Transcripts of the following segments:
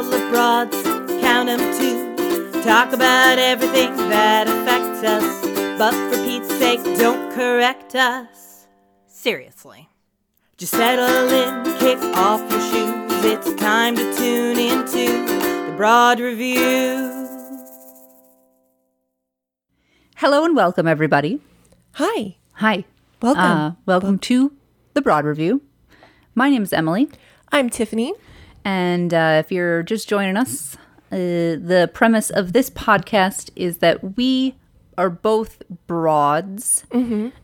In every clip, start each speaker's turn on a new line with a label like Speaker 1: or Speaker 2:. Speaker 1: odds, count 'em too. Talk about everything that affects us, but for Pete's sake, don't correct us.
Speaker 2: Seriously.
Speaker 1: Just settle in, kick off your shoes. It's time to tune into the broad review.
Speaker 2: Hello and welcome, everybody.
Speaker 3: Hi.
Speaker 2: Hi.
Speaker 3: Welcome.
Speaker 2: Uh, welcome to the Broad Review. My name's Emily,
Speaker 3: I'm Tiffany.
Speaker 2: and uh, if you're just joining us, uh, the premise of this podcast is that we are both broads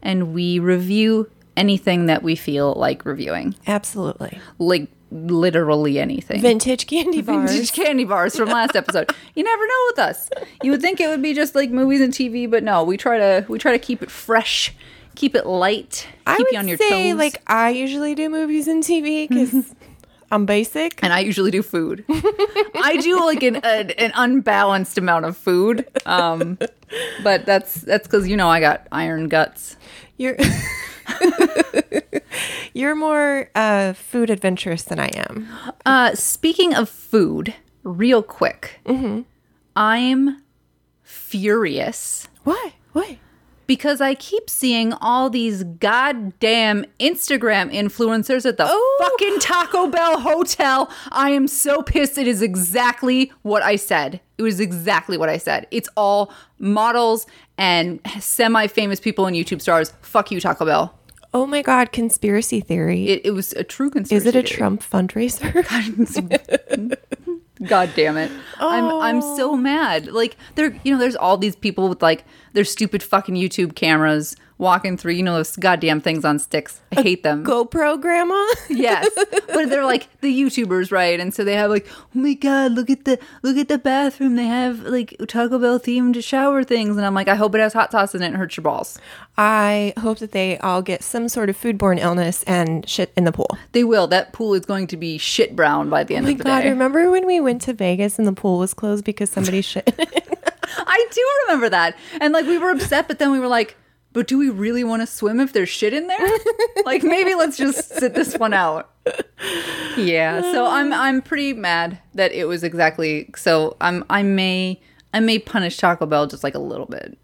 Speaker 2: and we review anything that we feel like reviewing,
Speaker 3: Absolutely.
Speaker 2: like literally anything.
Speaker 3: Vintage candy bars.
Speaker 2: vintage candy bars from last episode. You never know with us. You would think it would be just like movies and TV, but no, we try to we try to keep it fresh, keep it light,
Speaker 3: I
Speaker 2: keep
Speaker 3: would
Speaker 2: you on your
Speaker 3: say
Speaker 2: toes.
Speaker 3: like I usually do movies and TV because I'm basic.
Speaker 2: and I usually do food. I do like an, an an unbalanced amount of food. Um but that's that's cuz you know I got iron guts.
Speaker 3: You're you're more uh, food adventurous than I am.
Speaker 2: Uh speaking of food, real quick.
Speaker 3: Mm-hmm.
Speaker 2: I'm furious
Speaker 3: Why? Why?
Speaker 2: because I keep seeing all these goddamn Instagram influencers at the
Speaker 3: Oh.
Speaker 2: fucking Taco Bell hotel. I am so pissed. It is exactly what I said. It was exactly what I said. It's all models and semi famous people and YouTube stars. Fuck you, Taco Bell.
Speaker 3: Oh my God! Conspiracy theory.
Speaker 2: It, it was a true
Speaker 3: Is
Speaker 2: conspiracy.
Speaker 3: it a
Speaker 2: theory.
Speaker 3: Trump fundraiser?
Speaker 2: God damn it. I'm I'm
Speaker 3: Oh.
Speaker 2: so mad. Like there you know, there's all these people with like their stupid fucking YouTube cameras walking through, you know, those goddamn things on sticks. I hate them.
Speaker 3: GoPro Grandma.
Speaker 2: yes. But they're like the YouTubers, right? And so they have like, oh my god, look at the look at the bathroom. They have like Taco Bell themed shower things, and I'm like, I hope it has hot sauce and it and hurts your balls.
Speaker 3: I hope that they all get some sort of foodborne illness and shit in the pool.
Speaker 2: They will. That pool is going to be shit brown by the end
Speaker 3: Oh my
Speaker 2: of the
Speaker 3: God!
Speaker 2: day.
Speaker 3: Remember when we went to Vegas and the pool was closed because somebody shit?
Speaker 2: I do remember that. And like we were upset, but then we were like, but do we really want to swim if there's shit in there? like maybe let's just sit this one out. Yeah. So I'm I'm pretty mad that it was exactly so I'm I may I may punish Taco Bell just like a little bit.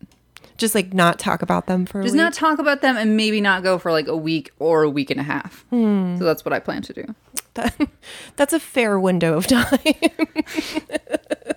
Speaker 3: Just like not talk about them for
Speaker 2: Just
Speaker 3: a week.
Speaker 2: not talk about them and maybe not go for like a week or a week and a half. So that's what I plan to do.
Speaker 3: That- that's a fair window of time.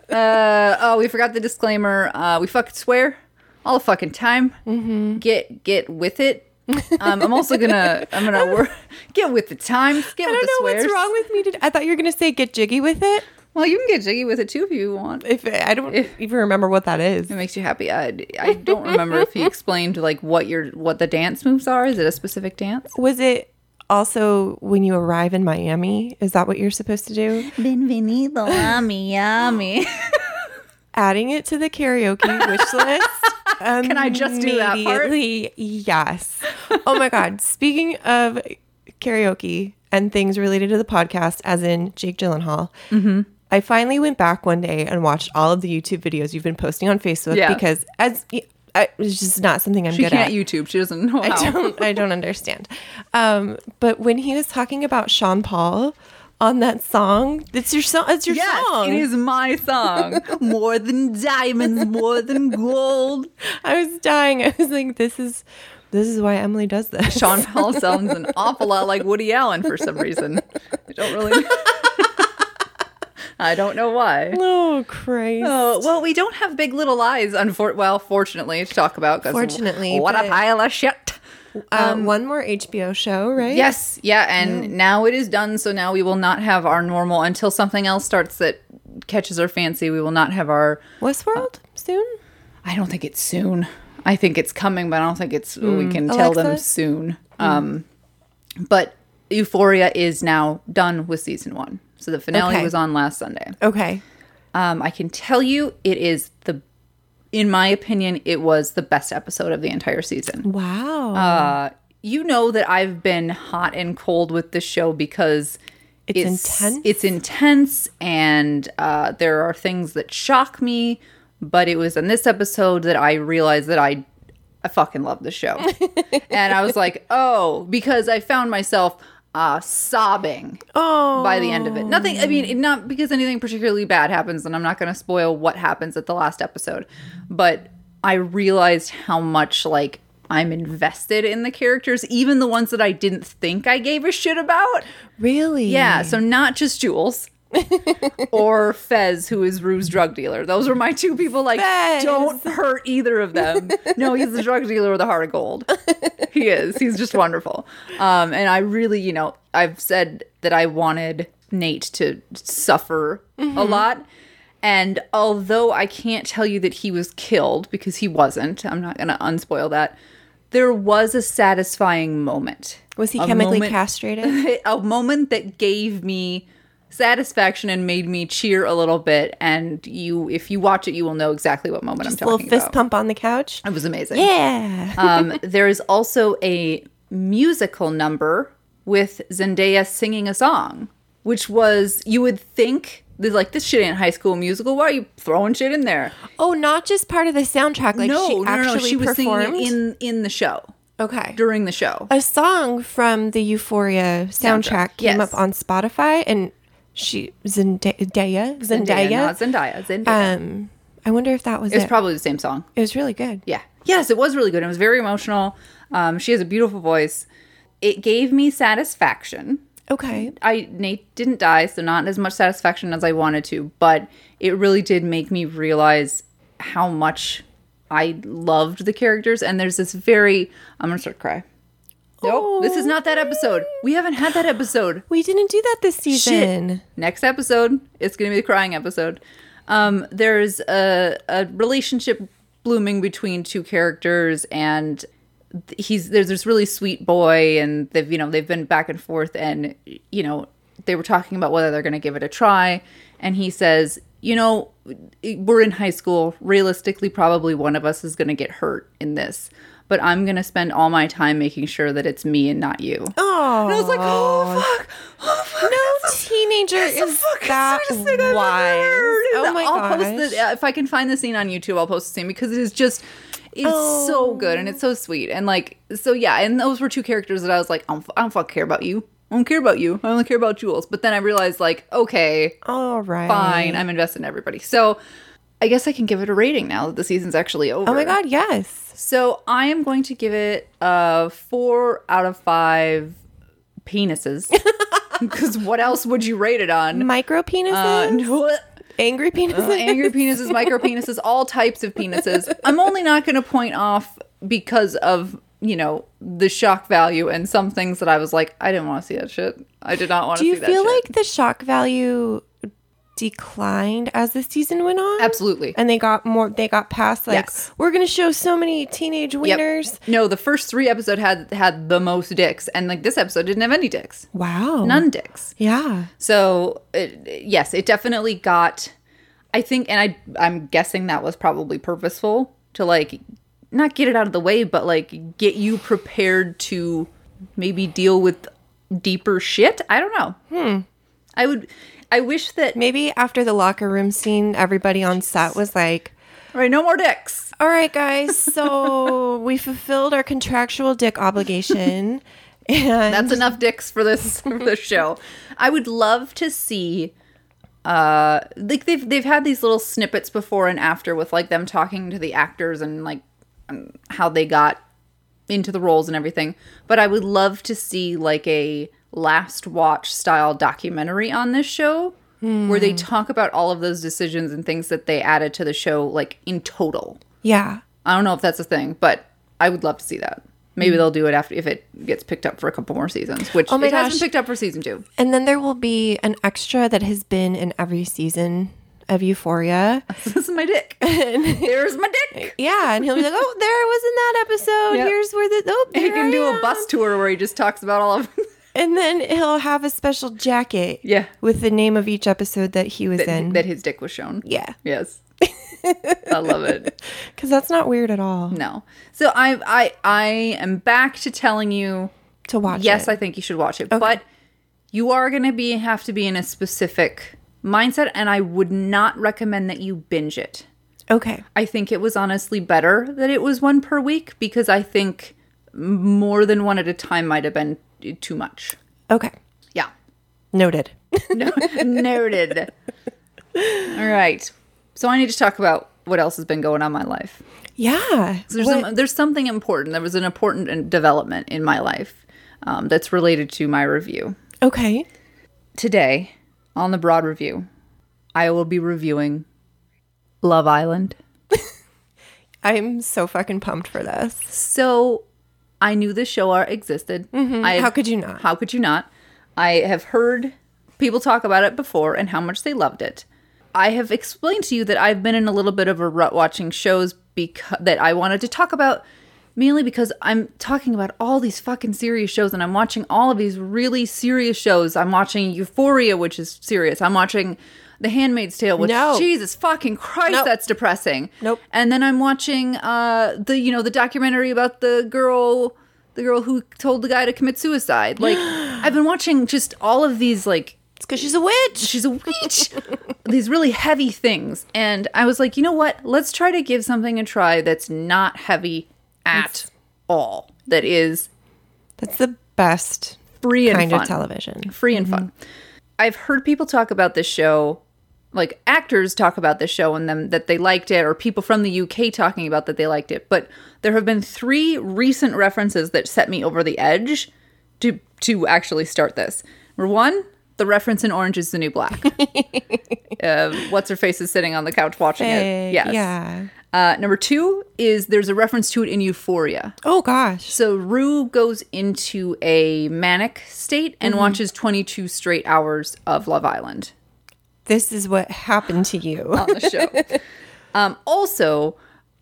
Speaker 2: Uh, oh, we forgot the disclaimer. Uh, we fucking swear all the fucking time.
Speaker 3: Mm-hmm.
Speaker 2: Get get with it. Um, I'm also gonna I'm gonna wor- get with the times. Get
Speaker 3: I
Speaker 2: with
Speaker 3: don't
Speaker 2: the
Speaker 3: know
Speaker 2: swears.
Speaker 3: what's wrong with me today. I thought you were going to say get jiggy with it.
Speaker 2: Well, you can get jiggy with it too if you want. It
Speaker 3: If I don't even remember what that is.
Speaker 2: makes you happy. I, I don't remember if he explained like what your what the dance moves are. Is it a specific dance?
Speaker 3: Was it also when you arrive in Miami? Is that what you're supposed to do?
Speaker 2: Bienvenido a Miami.
Speaker 3: Adding it to the karaoke wish list. Can
Speaker 2: I just do that part?
Speaker 3: Yes. Oh my God. Speaking of karaoke and things related to the podcast, as in Jake Gyllenhaal,
Speaker 2: Mm-hmm.
Speaker 3: I finally went back one day and watched all of the YouTube videos you've been posting on Facebook
Speaker 2: Yeah.
Speaker 3: because as I, it's just not something I'm
Speaker 2: she
Speaker 3: good
Speaker 2: can't
Speaker 3: at.
Speaker 2: YouTube. She doesn't know
Speaker 3: I
Speaker 2: how.
Speaker 3: don't I don't understand. Um, but when he was talking about Sean Paul on that song, it's your song. It's your
Speaker 2: Yes,
Speaker 3: song.
Speaker 2: it is my song. more than diamonds, more than gold.
Speaker 3: I was dying. I was like, this is this is why Emily does this.
Speaker 2: Sean Paul sounds an awful lot like Woody Allen for some reason. I don't really. I don't know why.
Speaker 3: Oh Christ.
Speaker 2: Oh, well, we don't have Big Little Lies, unfor- well, fortunately, to talk about. 'cause
Speaker 3: Fortunately,
Speaker 2: what a
Speaker 3: but-
Speaker 2: pile of shit.
Speaker 3: Uh, one more HBO show, right?
Speaker 2: Yes, yeah, and now it is done. So now we will not have our normal until something else starts that catches our fancy. We will not have our.
Speaker 3: Westworld soon.
Speaker 2: I don't think it's soon. I think it's coming, but I don't think it's. We can tell them
Speaker 3: Hmm. Alexa? Hmm.
Speaker 2: soon. Um, but Euphoria is now done with season one, so the finale
Speaker 3: Okay.
Speaker 2: was on last Sunday.
Speaker 3: Okay.
Speaker 2: Um, I can tell you, it is the, in my opinion, it was the best episode of the entire season.
Speaker 3: Wow.
Speaker 2: Uh, you know that I've been hot and cold with this show because
Speaker 3: It's intense?
Speaker 2: It's intense, and uh, there are things that shock me. But it was in this episode that I realized that I, I fucking love the show, and I was like, oh, because I found myself. uh, sobbing
Speaker 3: Oh,
Speaker 2: by the end of it. Nothing, I mean, not because anything particularly bad happens, and I'm not going to spoil what happens at the last episode, but I realized how much, like, I'm invested in the characters, even the ones that I didn't think I gave a shit about.
Speaker 3: really?
Speaker 2: Yeah, so not just Jules or Fez, who is Rue's drug dealer. Those were my two people. Like,
Speaker 3: Fez.
Speaker 2: don't hurt either of them. no, he's the drug dealer with a heart of gold. he is. He's just wonderful. Um, and I really, you know, I've said that I wanted Nate to suffer a lot. And although I can't tell you that he was killed because he wasn't, I'm not going to unspoil that. There was a satisfying moment
Speaker 3: Was he
Speaker 2: A
Speaker 3: chemically
Speaker 2: moment-
Speaker 3: castrated?
Speaker 2: a moment that gave me satisfaction and made me cheer a little bit. And you, if you watch it, you will know exactly what moment I'm
Speaker 3: Little
Speaker 2: talking
Speaker 3: fist
Speaker 2: about.
Speaker 3: pump on the couch.
Speaker 2: It was amazing.
Speaker 3: Yeah.
Speaker 2: um, there is also a musical number with Zendaya singing a song, which was you would think. they're Like this shit ain't high school musical. Why are you throwing shit in there?
Speaker 3: oh, not just part of the soundtrack. Like
Speaker 2: no,
Speaker 3: she
Speaker 2: no,
Speaker 3: actually
Speaker 2: no, no. She was
Speaker 3: performed.
Speaker 2: singing it in in the show
Speaker 3: okay.
Speaker 2: during the show.
Speaker 3: a song from the Euphoria soundtrack,
Speaker 2: Soundtrack,
Speaker 3: came
Speaker 2: yes.
Speaker 3: up on Spotify, and she Zendaya Zendaya.
Speaker 2: not Zendaya. Zendaya.
Speaker 3: Um, I wonder if that was
Speaker 2: it's
Speaker 3: it.
Speaker 2: probably the same song.
Speaker 3: it was really good.
Speaker 2: Yeah. Yes, it was really good. It was very emotional. Um, she has a beautiful voice. It gave me satisfaction.
Speaker 3: Okay.
Speaker 2: I Nate didn't die, so not as much satisfaction as I wanted to, but it really did make me realize how much I loved the characters. And there's this very I'm gonna start to cry. Nope, this is not that episode. We haven't had that episode.
Speaker 3: We didn't do that this season.
Speaker 2: Next episode, it's going to be the crying episode. Um, there's a, a relationship blooming between two characters, and th- he's there's this really sweet boy, and they've you know they've been back and forth, and you know they were talking about whether they're going to give it a try, and he says, you know, we're in high school. Realistically, probably one of us is going to get hurt in this, but I'm going to spend all my time making sure that it's me and not you.
Speaker 3: Oh,
Speaker 2: And I was like, oh fuck, oh fuck.
Speaker 3: no teenager is that wise. Oh my
Speaker 2: I'll
Speaker 3: gosh.
Speaker 2: Post the, if I can find the scene on YouTube, I'll post the scene because it is just, it's
Speaker 3: Oh.
Speaker 2: so good and it's so sweet and like so yeah. And those were two characters that I was like, I don't, I don't fuck care about you. I don't care about you. I only care about Jules. But then I realized like, okay,
Speaker 3: All right.
Speaker 2: fine, I'm invested in everybody. So I guess I can give it a rating now that the season's actually over.
Speaker 3: Oh my god, yes.
Speaker 2: So I am going to give it a four out of five penises. Because what else would you rate it on?
Speaker 3: Micro
Speaker 2: Uh, Oh,
Speaker 3: penises, angry penises.
Speaker 2: angry penises, micro penises, all types of penises. I'm only not going to point off because of you know the shock value and some things that I was like, I didn't want to see that shit. I did not want to
Speaker 3: do
Speaker 2: see
Speaker 3: you
Speaker 2: that.
Speaker 3: feel
Speaker 2: shit.
Speaker 3: like the shock value declined as the season went on?
Speaker 2: absolutely?
Speaker 3: And they got more. They got past like
Speaker 2: Yes.
Speaker 3: we're going to show so many teenage
Speaker 2: Yep.
Speaker 3: wieners.
Speaker 2: No, the first three episode had had the most dicks, and like this episode didn't have any dicks,
Speaker 3: Wow.
Speaker 2: none dicks.
Speaker 3: Yeah.
Speaker 2: So it, yes, it definitely got. I think, and I I'm guessing that was probably purposeful to like not get it out of the way, but like get you prepared to maybe deal with deeper shit. I don't know. Hmm. I would. I wish that.
Speaker 3: Maybe after the locker room scene, everybody on set was like,
Speaker 2: All right, no more dicks.
Speaker 3: "All right, guys, so we fulfilled our contractual dick obligation." And
Speaker 2: That's enough dicks for this for this show. I would love to see uh like they've they've had these little snippets before and after with like them talking to the actors and like um, how they got into the roles and everything. But I would love to see like a last watch style documentary on this show where they talk about all of those decisions and things that they added to the show like in total.
Speaker 3: yeah.
Speaker 2: I don't know if that's a thing, but I would love to see that. Maybe they'll do it after if it gets picked up for a couple more seasons, which
Speaker 3: Hmm. Oh my
Speaker 2: it has
Speaker 3: gosh.
Speaker 2: been picked up for season two.
Speaker 3: And then there will be an extra that has been in every season of Euphoria.
Speaker 2: this is my dick. There's my dick.
Speaker 3: Yeah, and he'll be like, "Oh, there was in that episode.
Speaker 2: Yep.
Speaker 3: Here's where the oh,
Speaker 2: He
Speaker 3: there I
Speaker 2: can do a
Speaker 3: am."
Speaker 2: bus tour where he just talks about all of
Speaker 3: And then he'll have a special jacket.
Speaker 2: Yeah.
Speaker 3: with the name of each episode that he was in.
Speaker 2: that his dick was shown.
Speaker 3: yeah,
Speaker 2: Yes. I love it.
Speaker 3: because that's not weird at all
Speaker 2: No. So I I I am back to telling you
Speaker 3: to watch.
Speaker 2: yes,
Speaker 3: it.
Speaker 2: I think you should watch it. But you are going to be have to be in a specific mindset and I would not recommend that you binge it.
Speaker 3: okay.
Speaker 2: I think it was honestly better that it was one per week because I think more than one at a time might have been too much.
Speaker 3: Okay.
Speaker 2: Yeah.
Speaker 3: Noted.
Speaker 2: No, noted. All right. So I need to talk about what else has been going on in my life.
Speaker 3: Yeah.
Speaker 2: 'Cause There's,
Speaker 3: What-
Speaker 2: some, there's something important. There was an important in- development in my life um, that's related to my review.
Speaker 3: okay.
Speaker 2: Today, on the broad review, I will be reviewing Love Island.
Speaker 3: I'm so fucking pumped for this.
Speaker 2: So I knew this show are- existed. I,
Speaker 3: Mm-hmm. How could you not?
Speaker 2: How could you not? I have heard people talk about it before and how much they loved it. I have explained to you that I've been in a little bit of a rut watching shows because that I wanted to talk about mainly because I'm talking about all these fucking serious shows and I'm watching all of these really serious shows. I'm watching Euphoria, which is serious. I'm watching The Handmaid's Tale, which
Speaker 3: No.
Speaker 2: Jesus fucking Christ,
Speaker 3: Nope.
Speaker 2: that's depressing.
Speaker 3: Nope.
Speaker 2: And then I'm watching uh the you know the documentary about the girl the girl who told the guy to commit suicide. Like I've been watching just all of these like
Speaker 3: It's because she's a witch.
Speaker 2: she's a witch. these really heavy things. And I was like, you know what? Let's try to give something a try that's not heavy at all. That is
Speaker 3: That's the best
Speaker 2: free and
Speaker 3: kind
Speaker 2: fun.
Speaker 3: of television.
Speaker 2: free and fun. I've heard people talk about this show, like actors talk about this show and them that they liked it, or people from the UK talking about that they liked it. But there have been three recent references that set me over the edge to to actually start this. Number one, the reference in Orange is the New Black. uh, What's her face is sitting on the couch watching
Speaker 3: Eh,
Speaker 2: it. Uh, Yes.
Speaker 3: Yeah.
Speaker 2: Uh, number two is there's a reference to it in Euphoria.
Speaker 3: Oh gosh.
Speaker 2: So Rue goes into a manic state and watches 22 straight hours of Love Island
Speaker 3: This is what happened to you.
Speaker 2: on the show. um, also,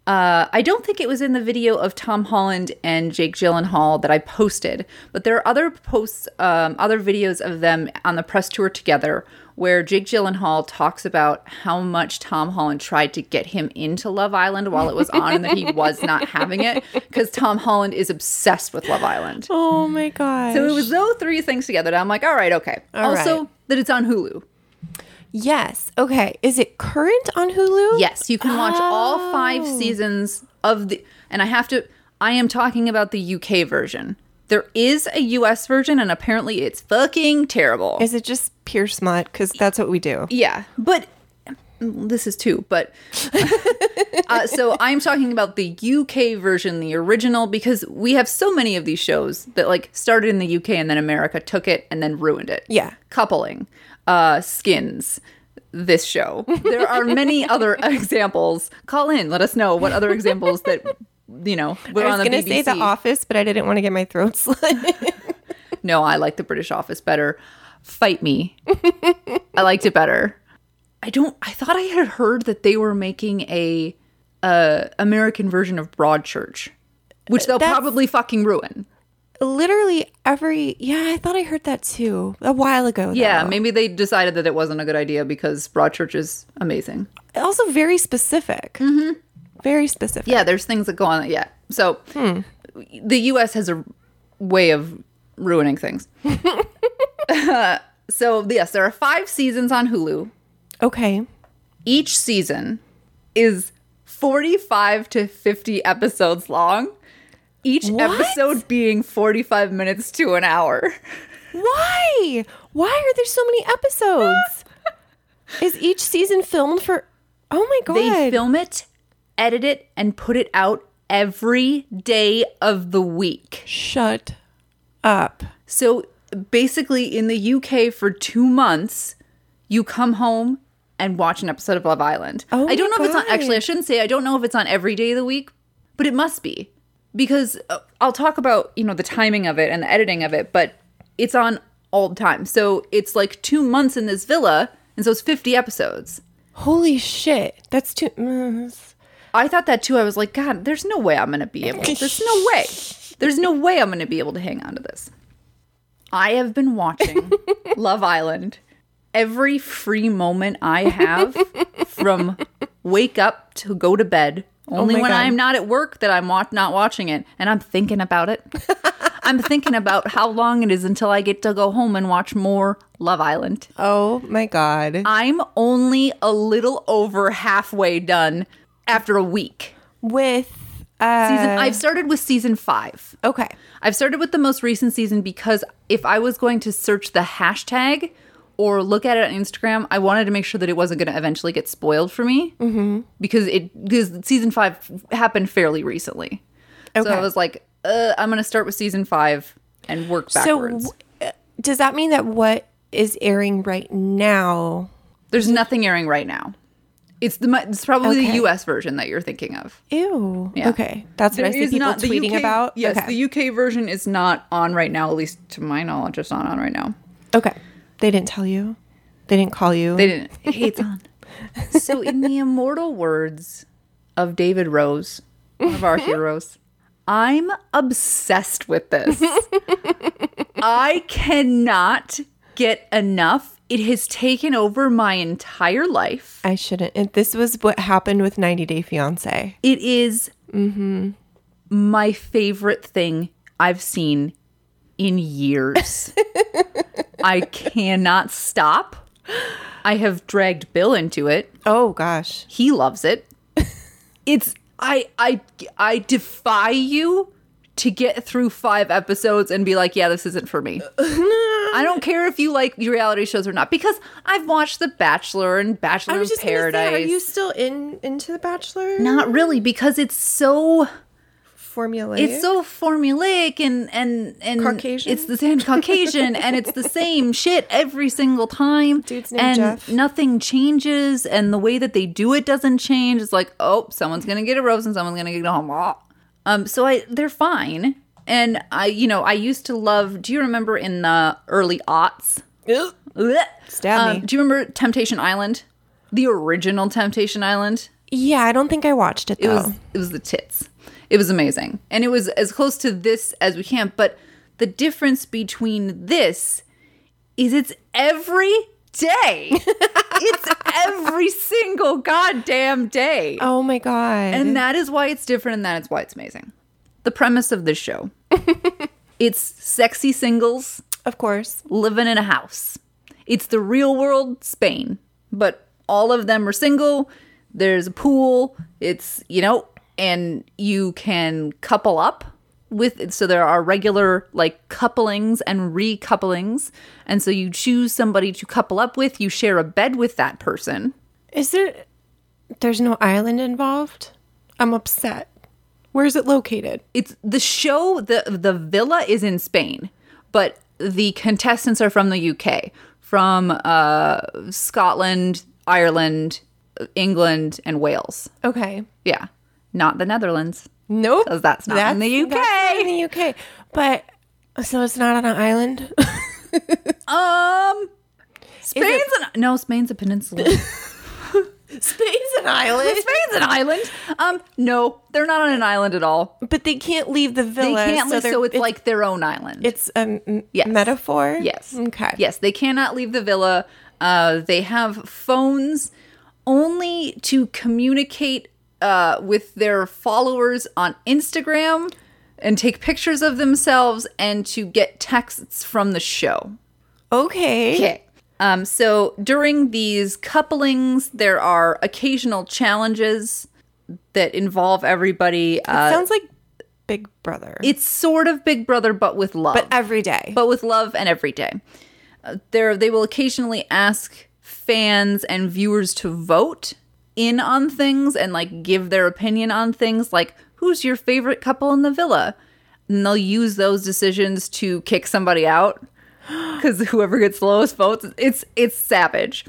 Speaker 2: uh, I don't think it was in the video of Tom Holland and Jake Gyllenhaal that I posted, but there are other posts, um, other videos of them on the press tour together where Jake Gyllenhaal talks about how much Tom Holland tried to get him into Love Island while it was on and that he was not having it because Tom Holland is obsessed with Love Island.
Speaker 3: oh my gosh.
Speaker 2: So it was those three things together. that I'm like, all right, okay.
Speaker 3: All
Speaker 2: also,
Speaker 3: right.
Speaker 2: that it's on Hulu.
Speaker 3: yes. Okay. Is it current on Hulu?
Speaker 2: Yes, you can watch all five seasons of the. And I have to. I am talking about the UK version. There is a US version, and apparently it's fucking terrible.
Speaker 3: Is it just pure smut? Because that's what we do.
Speaker 2: yeah, but this is two. But uh, so I'm talking about the UK version, the original, because we have so many of these shows that like started in the UK and then America took it and then ruined it.
Speaker 3: Yeah.
Speaker 2: coupling, uh, skins, this show. There are many other examples. Call in, let us know what other examples that you know we're
Speaker 3: I was
Speaker 2: on the
Speaker 3: gonna
Speaker 2: BBC.
Speaker 3: say The Office, but I didn't want to get my throat slit.
Speaker 2: no, I like the British Office better. Fight me, I liked it better. I don't. I thought I had heard that they were making a uh, American version of Broadchurch, which they'll
Speaker 3: That's-
Speaker 2: probably fucking ruin.
Speaker 3: Literally every. Yeah, I thought I heard that too a while ago. though.
Speaker 2: Yeah, maybe they decided that it wasn't a good idea because Broadchurch is amazing.
Speaker 3: Also very specific. Mm-hmm. Very specific.
Speaker 2: yeah, there's things that go on. Yeah. So
Speaker 3: Hmm.
Speaker 2: the U.S. has a way of ruining things. so, yes, there are five seasons on Hulu.
Speaker 3: Okay.
Speaker 2: Each season is 45 to 50 episodes long, each
Speaker 3: What?
Speaker 2: episode being 45 minutes to an hour.
Speaker 3: Why? Why are there so many episodes? Is each season filmed for? Oh my god!
Speaker 2: They film it, edit it, and put it out every day of the week.
Speaker 3: Shut up.
Speaker 2: So basically, in the UK for two months, you come home and watch an episode of Love Island.
Speaker 3: Oh
Speaker 2: I don't know
Speaker 3: my
Speaker 2: if it's on,
Speaker 3: God.
Speaker 2: actually, I shouldn't say, I don't know if it's on every day of the week, but it must be because uh, I'll talk about, you know, the timing of it and the editing of it, but it's on all the time. So it's like two months in this villa, and so it's 50 episodes.
Speaker 3: Holy shit! That's too. mm, that's-
Speaker 2: I thought that too. I was like, God, there's no way I'm going to be able. There's no way. There's no way I'm going to be able to hang on to this. I have been watching Love Island every free moment I have from wake up to go to bed. Only
Speaker 3: Oh my
Speaker 2: when
Speaker 3: God.
Speaker 2: I'm not at work that I'm wa- not watching it and I'm thinking about it. I'm thinking about how long it is until I get to go home and watch more Love Island.
Speaker 3: Oh my god!
Speaker 2: I'm only a little over halfway done after a week
Speaker 3: With uh,
Speaker 2: season I've started with season 5.
Speaker 3: Okay.
Speaker 2: I've started with the most recent season because if I was going to search the hashtag or look at it on Instagram, I wanted to make sure that it wasn't going to eventually get spoiled for me mm-hmm. because it because season five happened fairly recently. So I
Speaker 3: Okay.
Speaker 2: was like, uh, I'm going to start with season five and work backwards.
Speaker 3: So, w- uh, does that mean that what is airing right now?
Speaker 2: There's nothing airing right now. It's the mu- it's probably the
Speaker 3: Okay.
Speaker 2: U.S. version that you're thinking of.
Speaker 3: Ew.
Speaker 2: Yeah.
Speaker 3: Okay. That's what I see people tweeting about.
Speaker 2: Yes,
Speaker 3: Okay.
Speaker 2: the UK version is not on right now. At least to my knowledge, it's not on right now.
Speaker 3: okay. They didn't tell you. They didn't call you.
Speaker 2: They didn't. Hey, it's on. so, in the immortal words of David Rose, one of our heroes, I'm obsessed with this. I cannot get enough. It has taken over my entire life.
Speaker 3: I shouldn't. And this was what happened with 90 Day Fiance.
Speaker 2: It is my favorite thing I've seen in years. I cannot stop. I have dragged Bill into it.
Speaker 3: Oh gosh.
Speaker 2: he loves it it's i i i defy you to get through five episodes and be like yeah this isn't for me i don't care if you like your reality shows or not because i've watched the bachelor and bachelor in
Speaker 3: gonna say,
Speaker 2: paradise
Speaker 3: are you still in into The Bachelor?
Speaker 2: not really because it's so
Speaker 3: Formulaic.
Speaker 2: it's so formulaic and and and
Speaker 3: Caucasian?
Speaker 2: It's the same Caucasian, and it's the same shit every single time.
Speaker 3: Dude's named
Speaker 2: and
Speaker 3: Jeff.
Speaker 2: nothing changes, and the way that they do it doesn't change. It's like, oh, someone's gonna get a rose and someone's gonna get a home. Um, so I they're fine, and I you know I used to love. Do you remember in the early aughts?
Speaker 3: Ugh.
Speaker 2: Blech.
Speaker 3: Stab me.
Speaker 2: Do you remember Temptation Island? The original Temptation Island.
Speaker 3: Yeah, I don't think I watched it
Speaker 2: It
Speaker 3: though.
Speaker 2: was it was the tits. It was amazing. And it was as close to this as we can, but the difference between this is it's every day. it's every single goddamn day.
Speaker 3: oh my god.
Speaker 2: And that is why it's different and that is why it's amazing. The premise of this show. it's sexy singles
Speaker 3: of course.
Speaker 2: living in a house. It's the real world Spain, but all of them are single. There's a pool. It's, you know, and you can couple up with so there are regular like couplings and recouplings. And so you choose somebody to couple up with, you share a bed with that person.
Speaker 3: Is there there's no island involved? I'm upset. Where is it located?
Speaker 2: It's the show the the villa is in Spain, but the contestants are from the UK, from uh, Scotland, Ireland, England, and Wales.
Speaker 3: Okay.
Speaker 2: Yeah, not the Netherlands.
Speaker 3: Nope.
Speaker 2: 'Cause that's not in the
Speaker 3: that's not
Speaker 2: UK.
Speaker 3: in the UK. But so it's not on an island.
Speaker 2: Um, Spain's
Speaker 3: it-
Speaker 2: an no, Spain's a peninsula. Spain's
Speaker 3: Spain's an island.
Speaker 2: an island. Um, no, they're not on an island at all.
Speaker 3: But they can't leave the
Speaker 2: They
Speaker 3: villa.
Speaker 2: can't. leave,
Speaker 3: they're-
Speaker 2: so it's, like their own island.
Speaker 3: it's a m-
Speaker 2: Yes.
Speaker 3: metaphor.
Speaker 2: Yes.
Speaker 3: Okay.
Speaker 2: Yes, they cannot leave the villa. Uh, they have phones only to communicate uh, with their followers on Instagram and take pictures of themselves and to get texts from the show.
Speaker 3: Okay.
Speaker 2: Okay. Um, so during these couplings, there are occasional challenges that involve everybody. Uh,
Speaker 3: Sounds like Big Brother.
Speaker 2: it's sort of Big Brother, but with love.
Speaker 3: but every day.
Speaker 2: but with love and every day. Uh, there, they will occasionally ask fans and viewers to vote in on things and like give their opinion on things, like who's your favorite couple in the villa, and they'll use those decisions to kick somebody out because whoever gets the lowest votes, it's it's savage.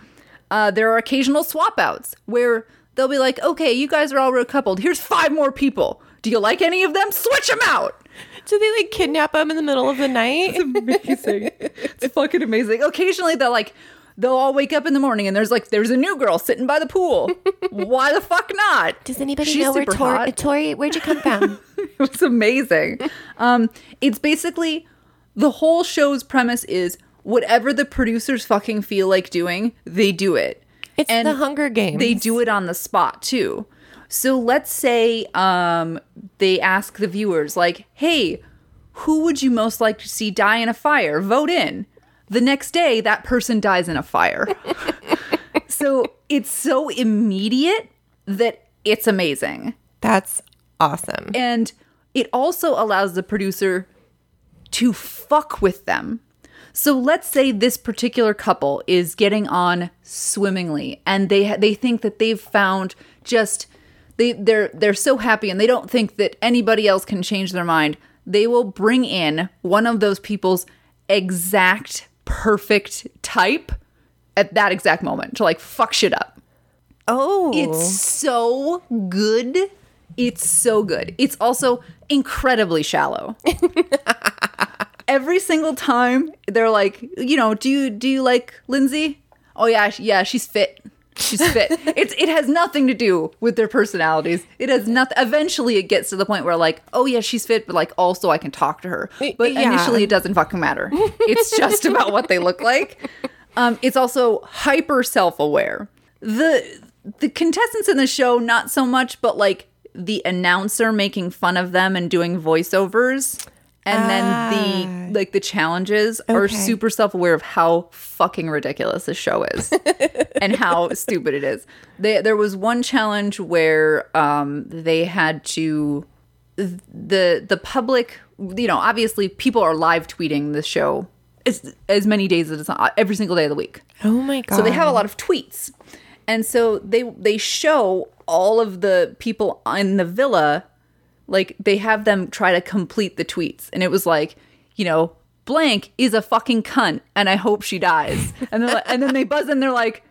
Speaker 2: Uh, there are occasional swap outs where they'll be like, okay, you guys are all recoupled. Here's five more people. Do you like any of them? Switch them out.
Speaker 3: Do they like kidnap him in the middle of the night?
Speaker 2: amazing. it's fucking amazing. Occasionally they're like they'll all wake up in the morning and there's like there's a new girl sitting by the pool. Why the fuck not?
Speaker 3: Does anybody
Speaker 2: She's
Speaker 3: know where
Speaker 2: super
Speaker 3: Tori,
Speaker 2: hot.
Speaker 3: Tori? Where'd you come from?
Speaker 2: It was amazing. Um it's basically the whole show's premise is whatever the producers fucking feel like doing, they do it.
Speaker 3: It's
Speaker 2: And
Speaker 3: the Hunger Games.
Speaker 2: They do it on the spot too. So let's say um, they ask the viewers, like, hey, who would you most like to see die in a fire? Vote in. The next day, that person dies in a fire. so it's so immediate that it's amazing.
Speaker 3: That's awesome.
Speaker 2: and it also allows the producer to fuck with them. So let's say this particular couple is getting on swimmingly and they ha- they think that they've found just they they're they're so happy and they don't think that anybody else can change their mind. They will bring in one of those people's exact perfect type at that exact moment to like fuck shit up.
Speaker 3: oh,
Speaker 2: It's so good. It's so good. It's also incredibly shallow. Every single time they're like, you know, do you do you like Lindsay? Oh yeah, sh- yeah, she's fit. She's fit. it's it has nothing to do with their personalities. It has nothing. Eventually, it gets to the point where like, oh yeah, she's fit, but like also I can talk to her.
Speaker 3: Y-
Speaker 2: But
Speaker 3: yeah.
Speaker 2: initially, it doesn't fucking matter. It's just about what they look like. Um, it's also hyper self-aware. The the contestants in the show, not so much, but like the announcer making fun of them and doing voiceovers. And then the like the challenges are
Speaker 3: Ah. Okay.
Speaker 2: super self-aware of how fucking ridiculous this show is and how stupid it is. They, there was one challenge where um, they had to the the public you know obviously people are live tweeting the show as, as many days as it's on every single day of the week
Speaker 3: oh my god.
Speaker 2: so they have a lot of tweets and so they they show all of the people in the villa like they have them try to complete the tweets and it was like you know blank is a fucking cunt and i hope she dies and they're like, and then they buzz and they're like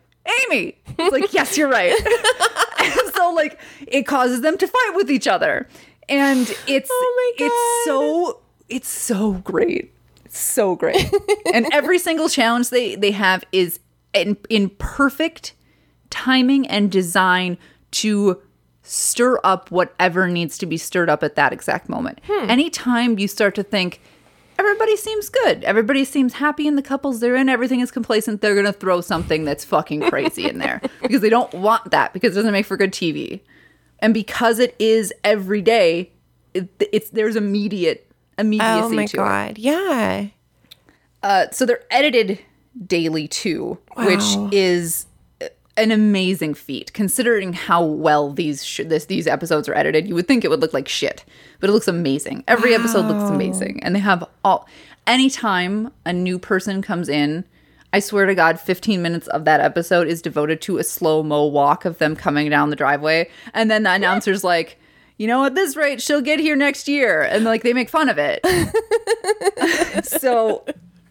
Speaker 2: amy it's like yes you're right and so like it causes them to fight with each other and it's
Speaker 3: Oh my
Speaker 2: it's so it's so great it's so great and every single challenge they they have is in in perfect timing and design to stir up whatever needs to be stirred up at that exact moment anytime you start to think everybody seems good everybody seems happy in the couples they're in everything is complacent they're gonna throw something that's fucking crazy in there because they don't want that because it doesn't make for good tv and because it is every day it, it's there's immediate immediacy
Speaker 3: Oh my
Speaker 2: to it
Speaker 3: god. Yeah.
Speaker 2: uh, so they're edited daily too,
Speaker 3: Wow.
Speaker 2: which is an amazing feat considering how well these sh- this, these episodes are edited. You would think it would look like shit, but it looks amazing. Every episode looks amazing, and they have all. Anytime a new person comes in, I swear to God, fifteen minutes of that episode is devoted to a slow mo walk of them coming down the driveway, and then the announcer's like. You know, at this rate, she'll get here next year, and like they make fun of it so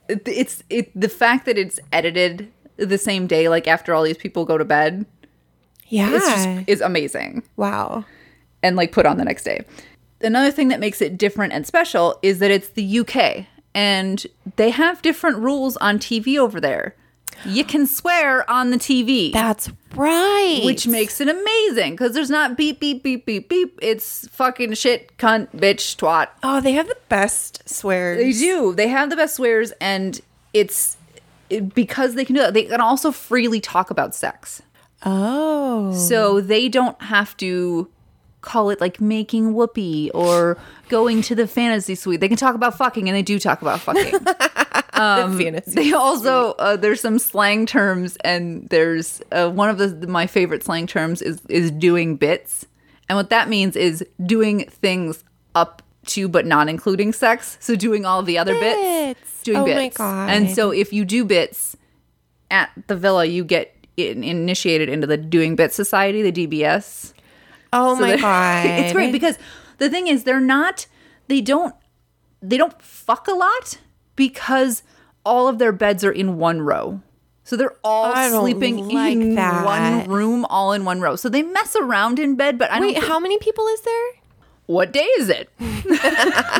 Speaker 2: it- it's it the fact that it's edited the same day like after all these people go to bed
Speaker 3: Yeah.
Speaker 2: is just is amazing
Speaker 3: wow.
Speaker 2: and like put on the next day another thing that makes it different and special is that it's the UK and they have different rules on TV over there you can swear on the TV
Speaker 3: That's right.
Speaker 2: which makes it amazing because there's not beep beep beep beep beep it's fucking shit cunt bitch twat
Speaker 3: oh, they have the best swears.
Speaker 2: They do. They have the best swears, and it's it- because they can do that. They can also freely talk about sex,
Speaker 3: Oh.
Speaker 2: so they don't have to call it like making whoopee or going to the fantasy suite. They can talk about fucking, and they do talk about fucking. Um,
Speaker 3: fantasy.
Speaker 2: they also uh, there's some slang terms, and there's uh, one of the my favorite slang terms is is doing bits, and what that means is doing things up to but not including sex. So doing all the other
Speaker 3: Bits.
Speaker 2: bits, doing
Speaker 3: Oh my
Speaker 2: bits,
Speaker 3: God.
Speaker 2: and so if you do bits at the villa, you get in, initiated into the Doing Bits Society, the DBS.
Speaker 3: oh
Speaker 2: So
Speaker 3: my god.
Speaker 2: they're- it's great because the thing is they're not they don't they don't fuck a lot because all of their beds are in one row. So they're all
Speaker 3: I don't
Speaker 2: sleeping
Speaker 3: like
Speaker 2: in
Speaker 3: that.
Speaker 2: one room all in one row. So they mess around in bed, but I don't
Speaker 3: Wait, how many people is there?
Speaker 2: what day is it?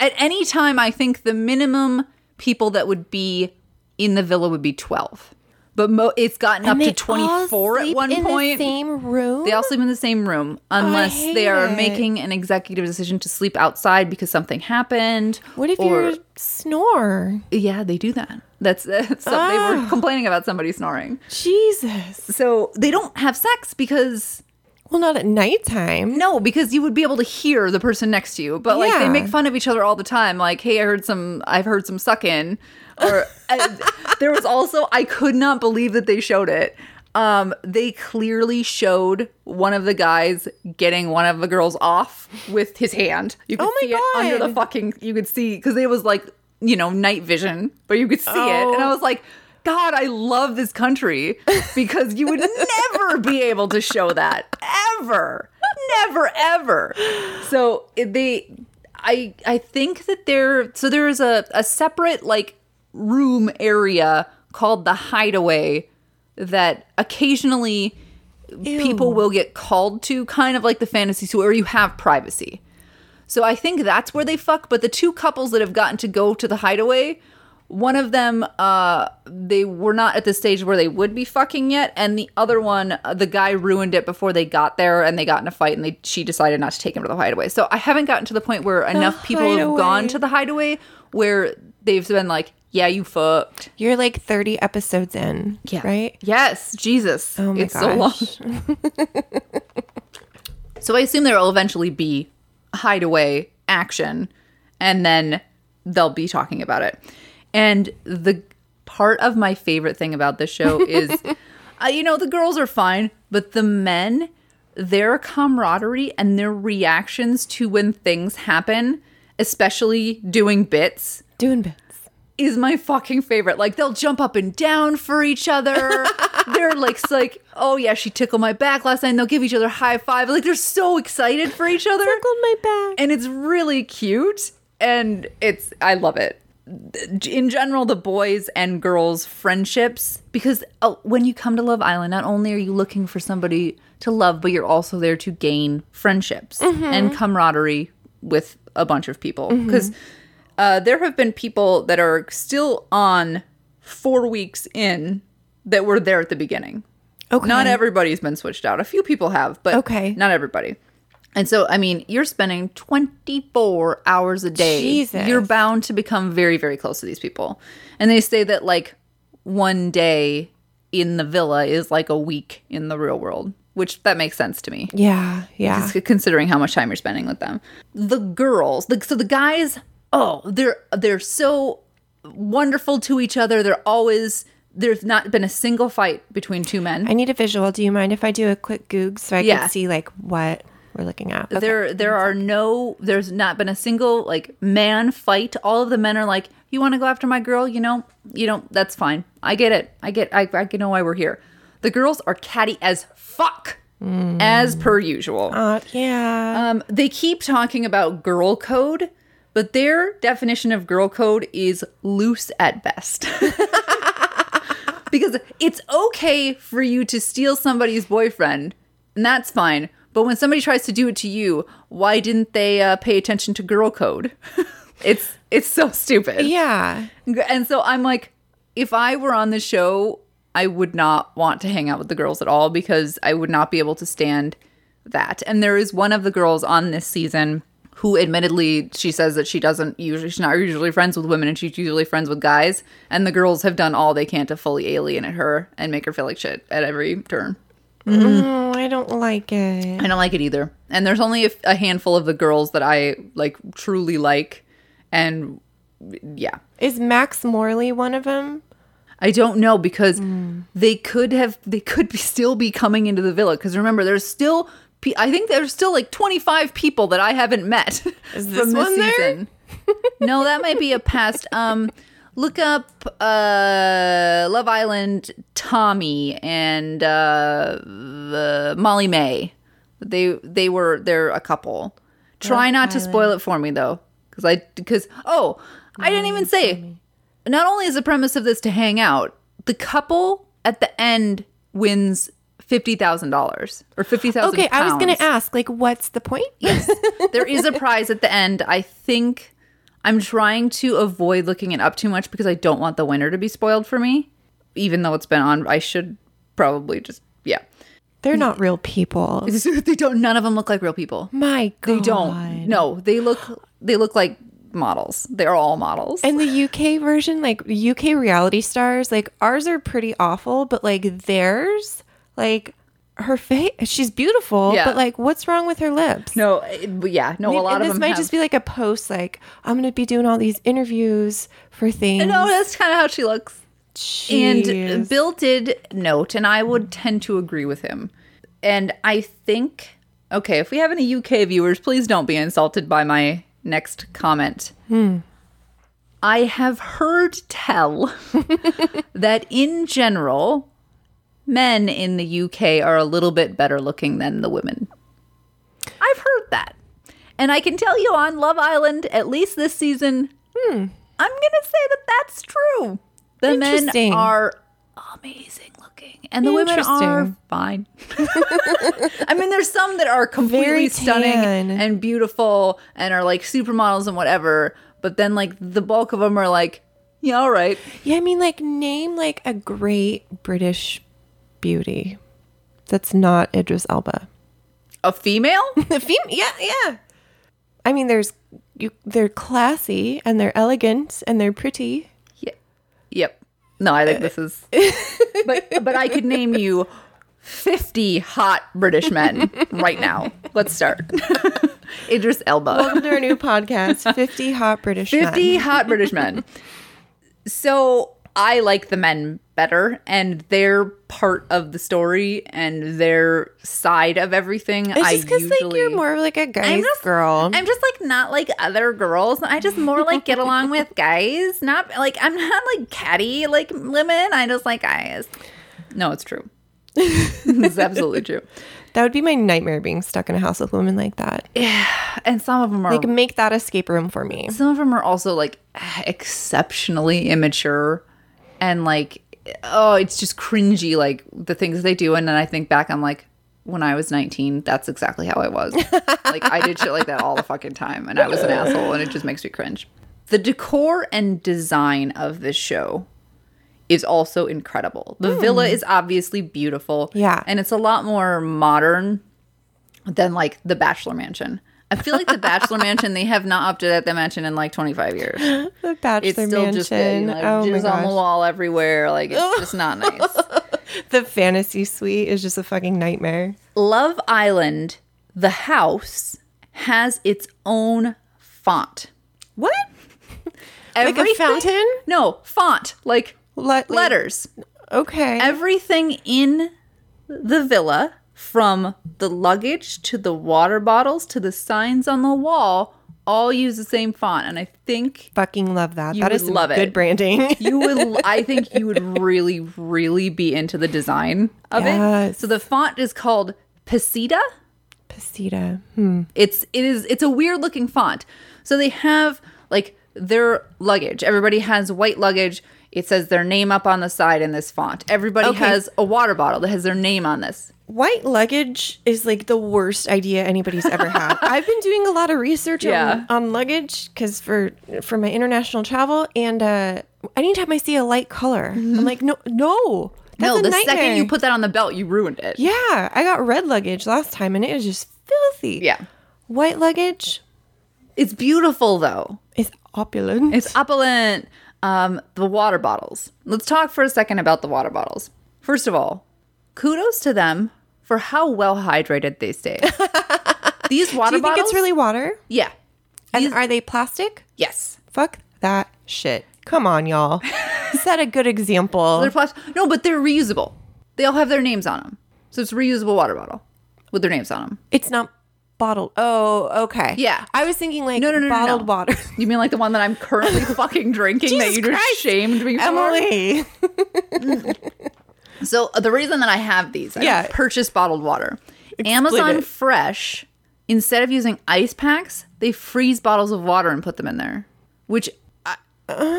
Speaker 2: At any time, I think the minimum people that would be in the villa would be 12. But mo- it's gotten
Speaker 3: And
Speaker 2: up
Speaker 3: they
Speaker 2: to
Speaker 3: all
Speaker 2: 24 at
Speaker 3: sleep
Speaker 2: one
Speaker 3: in the
Speaker 2: point.
Speaker 3: same room.
Speaker 2: They all sleep in the same room unless
Speaker 3: hate
Speaker 2: they are
Speaker 3: it.
Speaker 2: making an executive decision to sleep outside because something happened.
Speaker 3: what if
Speaker 2: or-
Speaker 3: you snore?
Speaker 2: Yeah, they do that. That's uh, so
Speaker 3: Ah.
Speaker 2: they were complaining about somebody snoring.
Speaker 3: Jesus.
Speaker 2: So they don't have sex because
Speaker 3: Well, not at nighttime.
Speaker 2: no, because you would be able to hear the person next to you. But like
Speaker 3: Yeah.
Speaker 2: they make fun of each other all the time. Like, hey, I heard some. I've heard some sucking. Or I, there was also I could not believe that they showed it. um, they clearly showed one of the guys getting one of the girls off with his hand. You could
Speaker 3: Oh my
Speaker 2: see it under
Speaker 3: God.
Speaker 2: the fucking. You could see because it was like you know night vision, but you could see it, and I
Speaker 3: Oh.
Speaker 2: was like. God, I love this country because you would never be able to show that ever, never, ever. So it- they, I, I think that there. So there is a a separate like room area called the Hideaway that occasionally people will get called to, kind of like the fantasy suite, where you have privacy. So I think that's where they fuck. But the two couples that have gotten to go to the hideaway, one of them, uh, they were not at the stage where they would be fucking yet, and the other one, uh, the guy ruined it before they got there, and they got in a fight, and they she decided not to take him to the hideaway. So I haven't gotten to the point where enough people have
Speaker 3: hideaway.
Speaker 2: gone to the hideaway where they've been like, "Yeah, you fucked."
Speaker 3: You're like 30 episodes in, right?
Speaker 2: Yes, Jesus.
Speaker 3: Oh my
Speaker 2: it's
Speaker 3: gosh.
Speaker 2: so long. so I assume there will eventually be hideaway action, and then they'll be talking about it. And the part of my favorite thing about this show is, uh, you know, the girls are fine, but the men, their camaraderie and their reactions to when things happen, especially doing bits,
Speaker 3: Doing bits.
Speaker 2: is my fucking favorite. Like they'll jump up and down for each other. they're like, s- like, oh yeah, she tickled my back last night. And they'll give each other high five. Like they're so excited for each other,
Speaker 3: Circled my back.
Speaker 2: and it's really cute. And it's I love it. In general, the boys and girls friendships because oh, when you come to Love Island, not only are you looking for somebody to love, but you're also there to gain friendships and camaraderie with a bunch of people because uh, there have been people that are still on four weeks in that were there at the beginning.
Speaker 3: Okay.
Speaker 2: Not everybody's been switched out. A few people have, but
Speaker 3: Okay.
Speaker 2: not everybody. And so, I mean, you're spending 24 hours a day.
Speaker 3: Jesus.
Speaker 2: You're bound to become very, very close to these people. And they say that, like, one day in the villa is like a week in the real world, which that makes sense to me
Speaker 3: Yeah, yeah.
Speaker 2: c- considering how much time you're spending with them. The girls, the, so the guys, oh, they're they're so wonderful to each other. They're always there's not been a single fight between two men.
Speaker 3: I need a visual. Do you mind if I do a quick goog so I
Speaker 2: Yeah.
Speaker 3: can see like what we're looking at? Okay.
Speaker 2: There there are no there's not been a single like man fight. All of the men are like, "You want to go after my girl, you know? You don't that's fine. I get it. I get I I know why we're here." The girls are catty as fuck. As per usual.
Speaker 3: Uh, yeah.
Speaker 2: Um, they keep talking about girl code, but their definition of girl code is loose at best. because it's okay for you to steal somebody's boyfriend, and that's fine. But when somebody tries to do it to you, why didn't they uh, pay attention to girl code? it's it's so stupid.
Speaker 3: yeah.
Speaker 2: And so I'm like, if I were on the show, I would not want to hang out with the girls at all because I would not be able to stand that. And there is one of the girls on this season who admittedly she says that she doesn't usually she's not usually friends with women and she's usually friends with guys and the girls have done all they can to fully alienate her and make her feel like shit at every turn.
Speaker 3: Oh, I don't like it.
Speaker 2: I don't like it either. And there's only a, a handful of the girls that I like truly like and yeah.
Speaker 3: Is Max Morley one of them?
Speaker 2: I don't know because
Speaker 3: Mm.
Speaker 2: they could have they could be still be coming into the villa because remember there's still pe- I think there's still like 25 people that I haven't met
Speaker 3: Is this one there?
Speaker 2: no, that might be a past. Um, look up uh, Love Island Tommy and uh, the Molly May. They they were they're a couple. Try not to spoil it for me though, because I because oh I didn't even say. Not only is the premise of this to hang out, the couple at the end wins fifty thousand dollars or fifty thousand.
Speaker 3: Okay, I was going to ask, like, what's the point?
Speaker 2: Yes. there is a prize at the end. I think I'm trying to avoid looking it up too much because I don't want the winner to be spoiled for me. Even though it's been on, I should probably just yeah.
Speaker 3: They're not real people.
Speaker 2: they don't. None of them look like real people.
Speaker 3: My God.
Speaker 2: They don't. No, they look. They look like models. They're all models.
Speaker 3: And the UK version, like UK reality stars, like ours are pretty awful, but like theirs, like her face, she's beautiful,
Speaker 2: Yeah.
Speaker 3: but like what's wrong with her lips?
Speaker 2: no, it- yeah, no. a
Speaker 3: And-
Speaker 2: lot
Speaker 3: and
Speaker 2: of
Speaker 3: this
Speaker 2: them
Speaker 3: might
Speaker 2: have-
Speaker 3: just be like a post, like I'm gonna be doing all these interviews for things.
Speaker 2: No, that's kind of how she looks. And
Speaker 3: Jeez.
Speaker 2: Bill did note, and I would tend to agree with him. And I think, okay, if we have any UK viewers, please don't be insulted by my next comment.
Speaker 3: Hmm.
Speaker 2: I have heard tell that in general, men in the UK are a little bit better looking than the women. I've heard that. And I can tell you on Love Island, at least this season,
Speaker 3: Hmm.
Speaker 2: I'm going to say that that's true. The men
Speaker 3: Interesting.
Speaker 2: are amazing looking, and the women are
Speaker 3: Interesting.
Speaker 2: fine. I mean, there's some that are completely
Speaker 3: Very
Speaker 2: stunning
Speaker 3: tan.
Speaker 2: and beautiful and are like supermodels and whatever, but then like the bulk of them are like, yeah, all right.
Speaker 3: Yeah, I mean, like, name like a great British beauty that's not Idris Elba.
Speaker 2: A female?
Speaker 3: The fem- yeah, yeah. I mean, there's you. They're classy and they're elegant and they're pretty.
Speaker 2: Yeah. Yep. No, I
Speaker 3: Uh,
Speaker 2: think this is. but but I could name you fifty hot British men right now. Let's start. Idris Elba.
Speaker 3: Welcome to our new podcast, Fifty Hot British Men.
Speaker 2: Fifty hot British men. So I like the men better, and they're part of the story and their side of everything.
Speaker 3: It's
Speaker 2: I
Speaker 3: just because like
Speaker 2: usually
Speaker 3: you're more of like a guy's girl.
Speaker 2: I'm just like not like other girls. I just more like get along with guys. Not like I'm not like catty like women. I just like guys. No, it's true. it's absolutely true.
Speaker 3: that would be my nightmare being stuck in a house with women like that.
Speaker 2: And some of them are
Speaker 3: Like, make that escape room for me.
Speaker 2: some of them are also like exceptionally immature and like oh, it's just cringy like the things they do. And then I think back, I'm like. When I was 19, that's exactly how I was. like I did shit like that all the fucking time, and I was an asshole, and it just makes me cringe. The decor and design of this show is also incredible. The villa is obviously beautiful.
Speaker 3: Yeah.
Speaker 2: And it's a lot more modern than like the Bachelor Mansion. I feel like the Bachelor Mansion, they have not updated the mansion in like 25 years.
Speaker 3: The Bachelor
Speaker 2: It's still
Speaker 3: Mansion.
Speaker 2: just you know,
Speaker 3: oh my
Speaker 2: jizz on the
Speaker 3: gosh.
Speaker 2: wall everywhere. Like it's just not nice.
Speaker 3: The fantasy suite is just a fucking nightmare.
Speaker 2: Love Island, the house, has its own font.
Speaker 3: What? Like a
Speaker 2: Everything-
Speaker 3: fountain?
Speaker 2: No, font. Like
Speaker 3: Let-
Speaker 2: letters.
Speaker 3: Okay.
Speaker 2: everything in the villa from the luggage to the water bottles to the signs on the wall all use the same font and i think
Speaker 3: fucking love that.
Speaker 2: You
Speaker 3: that
Speaker 2: would
Speaker 3: is some
Speaker 2: love it.
Speaker 3: good branding.
Speaker 2: you would i think you would really really be into the design of it
Speaker 3: Yes.
Speaker 2: so the font is called pesita
Speaker 3: Pasita. Hmm.
Speaker 2: it's it is it's a weird looking font so they have like their luggage everybody has white luggage it says their name up on the side in this font everybody
Speaker 3: Okay.
Speaker 2: has a water bottle that has their name on this
Speaker 3: White luggage is like the worst idea anybody's ever had. I've been doing a lot of research
Speaker 2: Yeah.
Speaker 3: on, on luggage because for for my international travel, and uh, anytime I see a light color, I'm like, no, no, that's
Speaker 2: Mm-hmm. no,
Speaker 3: a
Speaker 2: the
Speaker 3: nightmare.
Speaker 2: second you put that on the belt, you ruined it.
Speaker 3: yeah, I got red luggage last time, and it was just filthy.
Speaker 2: Yeah.
Speaker 3: white luggage
Speaker 2: It's beautiful though.
Speaker 3: is opulent.
Speaker 2: It's opulent. Um, the water bottles. Let's talk for a second about the water bottles. First of all, kudos to them for how well hydrated they stay. These water
Speaker 3: Do you think
Speaker 2: bottles.
Speaker 3: it's really water?
Speaker 2: yeah.
Speaker 3: And are they plastic?
Speaker 2: Yes.
Speaker 3: Fuck that shit. Come on, y'all. Set a good example.
Speaker 2: They're plastic. No, but they're reusable. They all have their names on them, so it's a reusable water bottle with their names on them.
Speaker 3: It's not bottled. Oh, okay.
Speaker 2: Yeah.
Speaker 3: I was thinking like
Speaker 2: No, no, no, no,
Speaker 3: bottled
Speaker 2: no.
Speaker 3: water.
Speaker 2: You mean like the one that I'm currently fucking drinking that
Speaker 3: Jesus
Speaker 2: you just
Speaker 3: Christ,
Speaker 2: shamed me for?
Speaker 3: Emily.
Speaker 2: So uh, the reason that I have these, I
Speaker 3: Yeah.
Speaker 2: don't purchase bottled water. Amazon
Speaker 3: it.
Speaker 2: Fresh, instead of using ice packs, they freeze bottles of water and put them in there. Which I,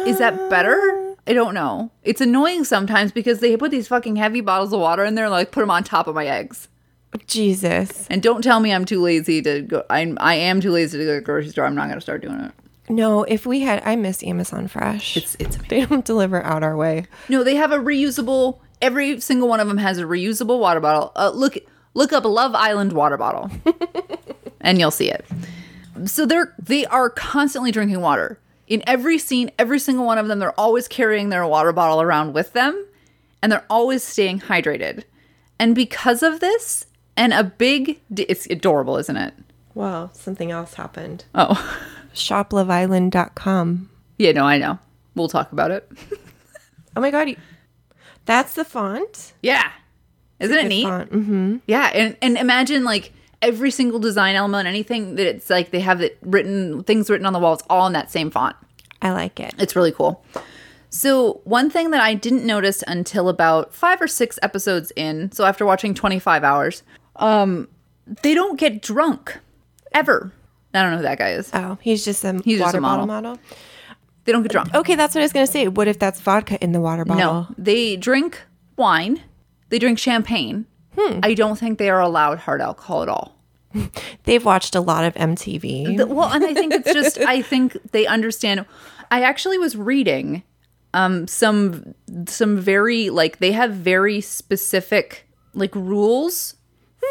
Speaker 2: is that better? I don't know. It's annoying sometimes because they put these fucking heavy bottles of water in there and like put them on top of my eggs.
Speaker 3: Jesus.
Speaker 2: And don't tell me I'm too lazy to go. I I am too lazy to go to the grocery store. I'm not gonna start doing it.
Speaker 3: No, if we had I miss Amazon Fresh.
Speaker 2: It's it's amazing.
Speaker 3: they don't deliver out our way.
Speaker 2: No, they have a reusable. Every single one of them has a reusable water bottle. Uh, look, look up Love Island water bottle, and you'll see it. So they're they are constantly drinking water in every scene. Every single one of them, they're always carrying their water bottle around with them, and they're always staying hydrated. And because of this, and a big, d- it's adorable, isn't it?
Speaker 3: Well, something else happened.
Speaker 2: Oh,
Speaker 3: Shoploveisland.com.
Speaker 2: yeah, no, I know. We'll talk about it.
Speaker 3: Oh my god, you- that's the font.
Speaker 2: Yeah. Isn't it neat?
Speaker 3: Font. Mm-hmm.
Speaker 2: Yeah, and and imagine like every single design element, anything that it's like they have it written, things written on the walls, all in that same font.
Speaker 3: I like it.
Speaker 2: It's really cool. So one thing that I didn't notice until about five or six episodes in, so after watching twenty five hours, um, they don't get drunk ever. I don't know who that guy is.
Speaker 3: Oh, he's just a
Speaker 2: He's
Speaker 3: water
Speaker 2: just a
Speaker 3: bottle model.
Speaker 2: They don't get drunk.
Speaker 3: Okay, that's what I was gonna say. What if that's vodka in the water bottle?
Speaker 2: No, they drink wine. They drink champagne. I don't think they are allowed hard alcohol at all.
Speaker 3: They've watched a lot of MTV.
Speaker 2: The- well, and I think it's just I think they understand. I actually was reading um some some very like they have very specific like rules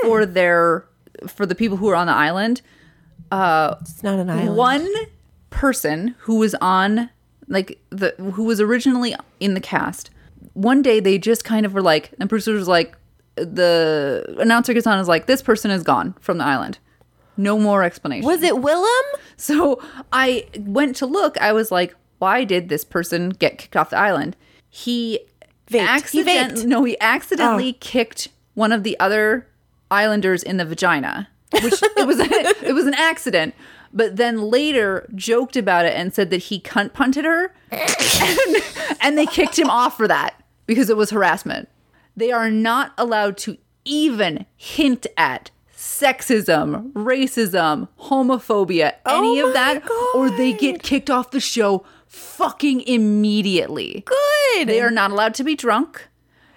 Speaker 2: for their for the people who are on the island.
Speaker 3: it's not an island.
Speaker 2: One person who was on like the who was originally in the cast. One day they just kind of were like, and producer was like, the announcer gets on is like, this person is gone from the island. No more explanation.
Speaker 3: Was it Willem?
Speaker 2: So I went to look. I was like, why did this person get kicked off the island? He
Speaker 3: Vaped. He
Speaker 2: accident-
Speaker 3: vaped. Oh.
Speaker 2: no, he accidentally kicked one of the other islanders in the vagina, which it was it was an accident. But then later joked about it and said that he cunt punted her, and, and they kicked him off for that because it was harassment. They are not allowed to even hint at sexism, racism, homophobia, any
Speaker 3: Oh
Speaker 2: of that,
Speaker 3: my
Speaker 2: or they get kicked off the show fucking immediately.
Speaker 3: Good.
Speaker 2: They are not allowed to be drunk.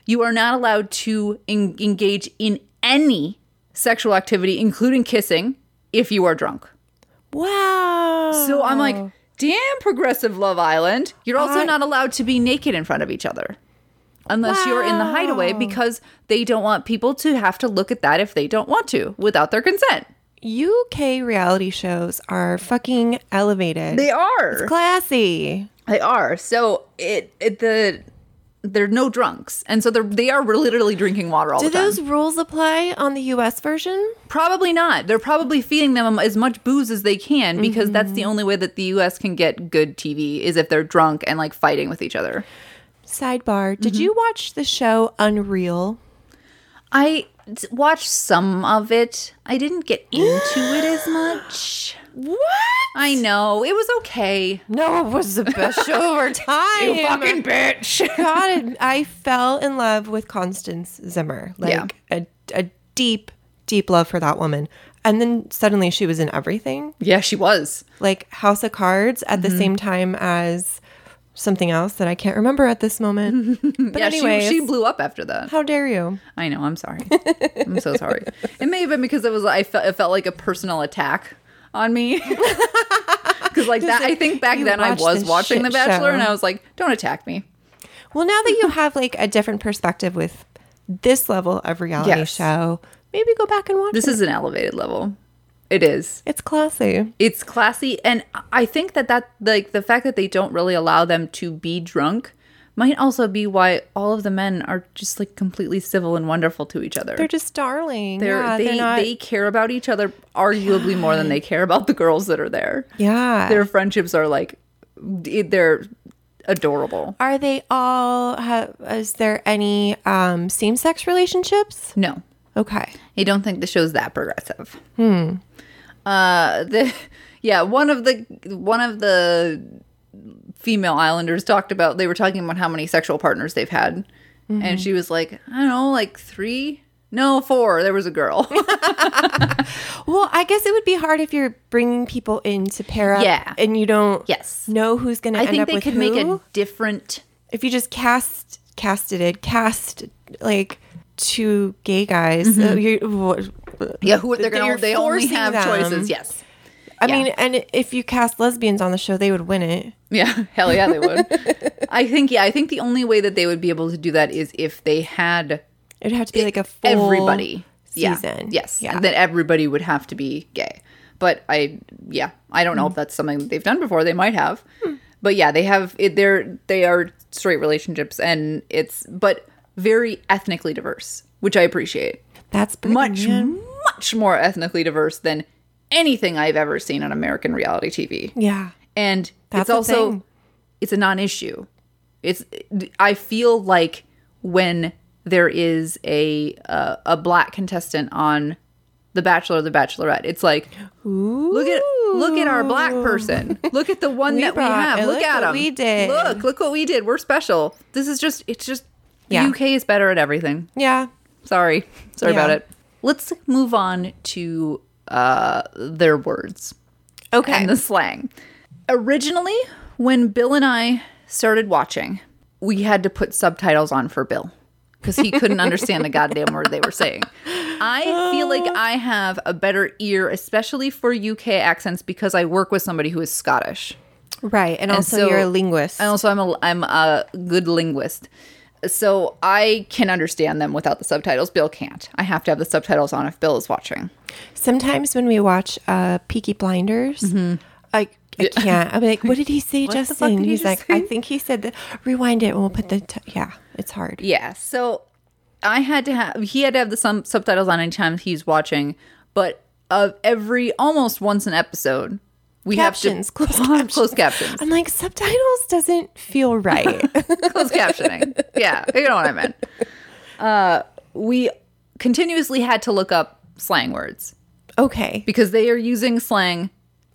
Speaker 2: You are not allowed to en- engage in any sexual activity, including kissing, if you are drunk.
Speaker 3: Wow.
Speaker 2: So I'm like, damn, progressive Love Island. You're also
Speaker 3: Oh. I-
Speaker 2: not allowed to be naked in front of each other unless you're in the hideaway because they don't want people to have to look at that if they don't want to without their consent.
Speaker 3: UK reality shows are fucking elevated.
Speaker 2: They are.
Speaker 3: classy.
Speaker 2: They are. So it, it the they're no drunks, and so they're they are literally drinking water all
Speaker 3: Do
Speaker 2: the time.
Speaker 3: those rules apply on the US version?
Speaker 2: Probably not. They're probably feeding them as much booze as they can because that's
Speaker 3: Mm-hmm.
Speaker 2: the only way that the U.S. can get good TV is if they're drunk and like fighting with each other.
Speaker 3: Sidebar. Did
Speaker 2: Mm-hmm.
Speaker 3: you watch the show Unreal?
Speaker 2: I d- watched some of it. I didn't get into it as much.
Speaker 3: What?
Speaker 2: I know it was okay.
Speaker 3: No, it was the best show of our time.
Speaker 2: bitch.
Speaker 3: God, it- I fell in love with Constance Zimmer. Like
Speaker 2: Yeah.
Speaker 3: a, a deep, deep love for that woman. And then suddenly she was in everything
Speaker 2: Yeah, she was.
Speaker 3: like House of Cards at
Speaker 2: Mm-hmm.
Speaker 3: the same time as something else that I can't remember at this moment. But
Speaker 2: yeah,
Speaker 3: anyway,
Speaker 2: she, she blew up after that.
Speaker 3: how dare you?
Speaker 2: I know. I'm sorry. I'm so sorry. It may have been because it was. I felt it felt like a personal attack on me. Because like that, I think back
Speaker 3: you
Speaker 2: then I
Speaker 3: watched
Speaker 2: was
Speaker 3: this
Speaker 2: watching The
Speaker 3: shit
Speaker 2: Bachelor,
Speaker 3: show.
Speaker 2: and I was like, "Don't attack me."
Speaker 3: Well, now that you have like a different perspective with this level of reality
Speaker 2: Yes.
Speaker 3: show, maybe go back and watch
Speaker 2: This
Speaker 3: it.
Speaker 2: is an elevated level. It is.
Speaker 3: It's classy.
Speaker 2: It's classy, and I think that that like the fact that they don't really allow them to be drunk might also be why all of the men are just like completely civil and wonderful to each other.
Speaker 3: They're just darling.
Speaker 2: They're-
Speaker 3: yeah,
Speaker 2: they
Speaker 3: they're not.
Speaker 2: they care about each other arguably more than they care about the girls that are there.
Speaker 3: yeah.
Speaker 2: their friendships are like they're adorable.
Speaker 3: Are they all? Have, is there any um, same-sex relationships?
Speaker 2: No,
Speaker 3: Okay.
Speaker 2: I don't think the show's that progressive. Hmm. Uh, the yeah, one of the one of the female islanders talked about they were talking about how many sexual partners they've had,
Speaker 3: Mm-hmm.
Speaker 2: and she was like, I don't know, like three. No, four. There was a girl.
Speaker 3: Well, I guess it would be hard if you're bringing people in to pair up,
Speaker 2: Yeah.
Speaker 3: and you don't
Speaker 2: Yes.
Speaker 3: know who's going to
Speaker 2: I
Speaker 3: end
Speaker 2: think
Speaker 3: up
Speaker 2: they
Speaker 3: with
Speaker 2: could make
Speaker 3: who.
Speaker 2: a different.
Speaker 3: if you just cast casted it cast like two gay guys
Speaker 2: Mm-hmm.
Speaker 3: uh, you
Speaker 2: Yeah, who they're gonna?
Speaker 3: You're
Speaker 2: They only
Speaker 3: forcing
Speaker 2: have
Speaker 3: them.
Speaker 2: choices. Yes.
Speaker 3: i
Speaker 2: Yeah.
Speaker 3: mean and if you cast lesbians on the show they would win it
Speaker 2: Yeah, hell yeah, they would. I think yeah, I think the only way that they would be able to do that is if they had
Speaker 3: it'd have to be like a full
Speaker 2: E, everybody Yeah.
Speaker 3: season.
Speaker 2: Yes,
Speaker 3: Yeah.
Speaker 2: and then everybody would have to be gay. But I yeah, I don't know
Speaker 3: Hmm.
Speaker 2: if that's something that they've done before. They might have, but yeah, they have. It, they're they are straight relationships, and it's but very ethnically diverse, which I appreciate.
Speaker 3: that's pretty
Speaker 2: Much
Speaker 3: man.
Speaker 2: much more ethnically diverse than anything I've ever seen on American reality TV
Speaker 3: yeah
Speaker 2: and
Speaker 3: That's
Speaker 2: it's
Speaker 3: a
Speaker 2: also
Speaker 3: thing.
Speaker 2: it's a non-issue It's I feel like when there is a uh, a black contestant on The Bachelor or The Bachelorette, it's like look at look at our black person. Look at the one that we
Speaker 3: brought-
Speaker 2: have.
Speaker 3: and
Speaker 2: Look,
Speaker 3: look
Speaker 2: at
Speaker 3: what
Speaker 2: him.
Speaker 3: we did.
Speaker 2: Look, look what we did. We're special. This is just it's just
Speaker 3: Yeah.
Speaker 2: UK is better at everything.
Speaker 3: Yeah.
Speaker 2: Sorry. Sorry
Speaker 3: Yeah.
Speaker 2: about it. Let's move on to uh, their words
Speaker 3: Okay.
Speaker 2: and the slang. Originally, when Bill and I started watching, we had to put subtitles on for Bill because he couldn't understand a goddamn word they were saying. I feel like
Speaker 3: Uh.
Speaker 2: I have a better ear, especially for UK accents, because I work with somebody who is Scottish.
Speaker 3: right. And, also,
Speaker 2: so-
Speaker 3: you're a linguist.
Speaker 2: And also, I'm a I'm a good linguist, so I can understand them without the subtitles. Bill can't. I have to have the subtitles on if Bill is watching.
Speaker 3: Sometimes when we watch uh, Peaky Blinders, I, I can't. I'm like, what did he say,
Speaker 2: Mm-hmm. the fuck
Speaker 3: Justin?
Speaker 2: did he
Speaker 3: He's
Speaker 2: just
Speaker 3: like, I think he said that. Rewind it and we'll put the. T-. Yeah, it's hard.
Speaker 2: Yeah. So I had to have he had to have the some subtitles on anytime he's watching, but of every almost once an episode, we
Speaker 3: Captions,
Speaker 2: have
Speaker 3: closed
Speaker 2: to
Speaker 3: captions.
Speaker 2: closed captions,
Speaker 3: I'm like, subtitles doesn't feel right.
Speaker 2: closed captioning. Yeah, you know what I meant. Uh, we continuously had to look up slang words
Speaker 3: okay.
Speaker 2: because they are using slang.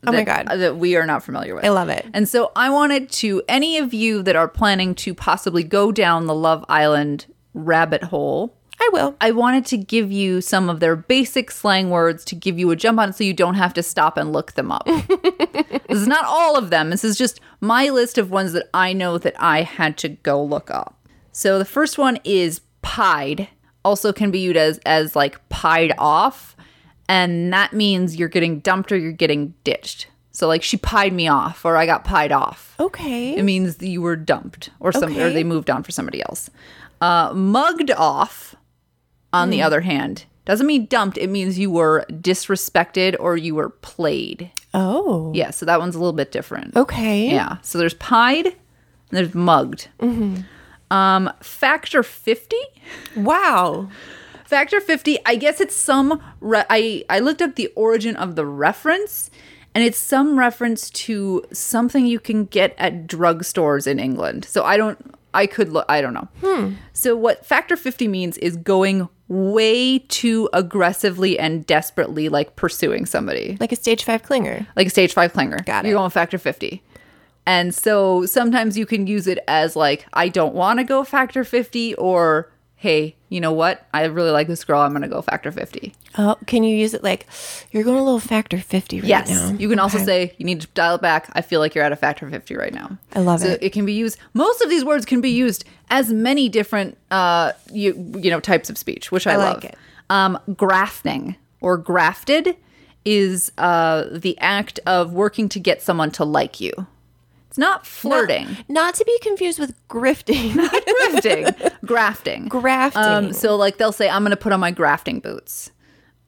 Speaker 3: Oh my
Speaker 2: that-
Speaker 3: God.
Speaker 2: That we are not familiar with.
Speaker 3: I love it.
Speaker 2: And so I wanted to, any of you that are planning to possibly go down the Love Island rabbit hole,
Speaker 3: I will.
Speaker 2: I wanted to give you some of their basic slang words to give you a jump on it so you don't have to stop and look them up. this is not all of them. This is just my list of ones that I know that I had to go look up. So the first one is pied. Also can be used as as like pied off, and that means you're getting dumped or you're getting ditched. So like she pied me off or I got pied off.
Speaker 3: Okay.
Speaker 2: It means that you were dumped or some or
Speaker 3: Okay.
Speaker 2: they moved on for somebody else. Uh, mugged off, on
Speaker 3: Hmm.
Speaker 2: the other hand, doesn't mean dumped. It means you were disrespected or you were played.
Speaker 3: Oh.
Speaker 2: Yeah, so that one's a little bit different.
Speaker 3: Okay.
Speaker 2: Yeah. So there's pied and there's mugged.
Speaker 3: Mm-hmm.
Speaker 2: Um, factor 50?
Speaker 3: Wow.
Speaker 2: Factor 50, I guess it's some re- I I looked up the origin of the reference and it's some reference to something you can get at drugstores in England. So I don't I could look I don't know. So what factor 50 means is going way too aggressively and desperately like pursuing somebody.
Speaker 3: Like a stage five clinger.
Speaker 2: Like a stage 5 clinger.
Speaker 3: Got it.
Speaker 2: You're going factor 50. And so sometimes you can use it as like I don't want to go factor 50 or hey, you know what? I really like this girl. I'm going to go factor 50.
Speaker 3: Oh, can you use it like you're going a little factor 50 right
Speaker 2: Yes.
Speaker 3: now?
Speaker 2: You can also
Speaker 3: Okay.
Speaker 2: say you need to dial it back. I feel like you're at a factor 50 right now.
Speaker 3: I love
Speaker 2: so
Speaker 3: it.
Speaker 2: It can be used. Most of these words can be used as many different uh you, you know types of speech, which I,
Speaker 3: I like
Speaker 2: love.
Speaker 3: it.
Speaker 2: Um grafting or grafted is uh the act of working to get someone to like you. It's not flirting.
Speaker 3: Not, not to be confused with grifting.
Speaker 2: grafting, grafting,
Speaker 3: Grafting.
Speaker 2: Um, so like they'll say, "I'm going to put on my grafting boots,"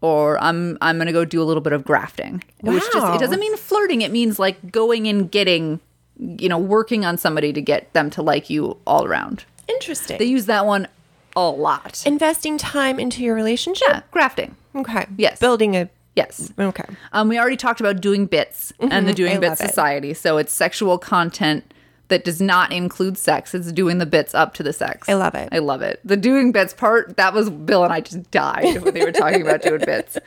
Speaker 2: or "I'm I'm going to go do a little bit of grafting," which just
Speaker 3: Wow.
Speaker 2: it doesn't mean flirting. It means like going and getting, you know, working on somebody to get them to like you all around.
Speaker 3: Interesting.
Speaker 2: They use that one a lot.
Speaker 3: Investing time into your relationship.
Speaker 2: yeah, grafting.
Speaker 3: Okay.
Speaker 2: Yes.
Speaker 3: Building a.
Speaker 2: Yes.
Speaker 3: Okay.
Speaker 2: Um, we already talked about doing bits and the doing
Speaker 3: Mm-hmm. I
Speaker 2: bits
Speaker 3: love it.
Speaker 2: society. So it's sexual content that does not include sex. It's doing the bits up to the sex.
Speaker 3: I love it.
Speaker 2: I love it. The doing bits part that was Bill and I just died when they were talking about doing bits.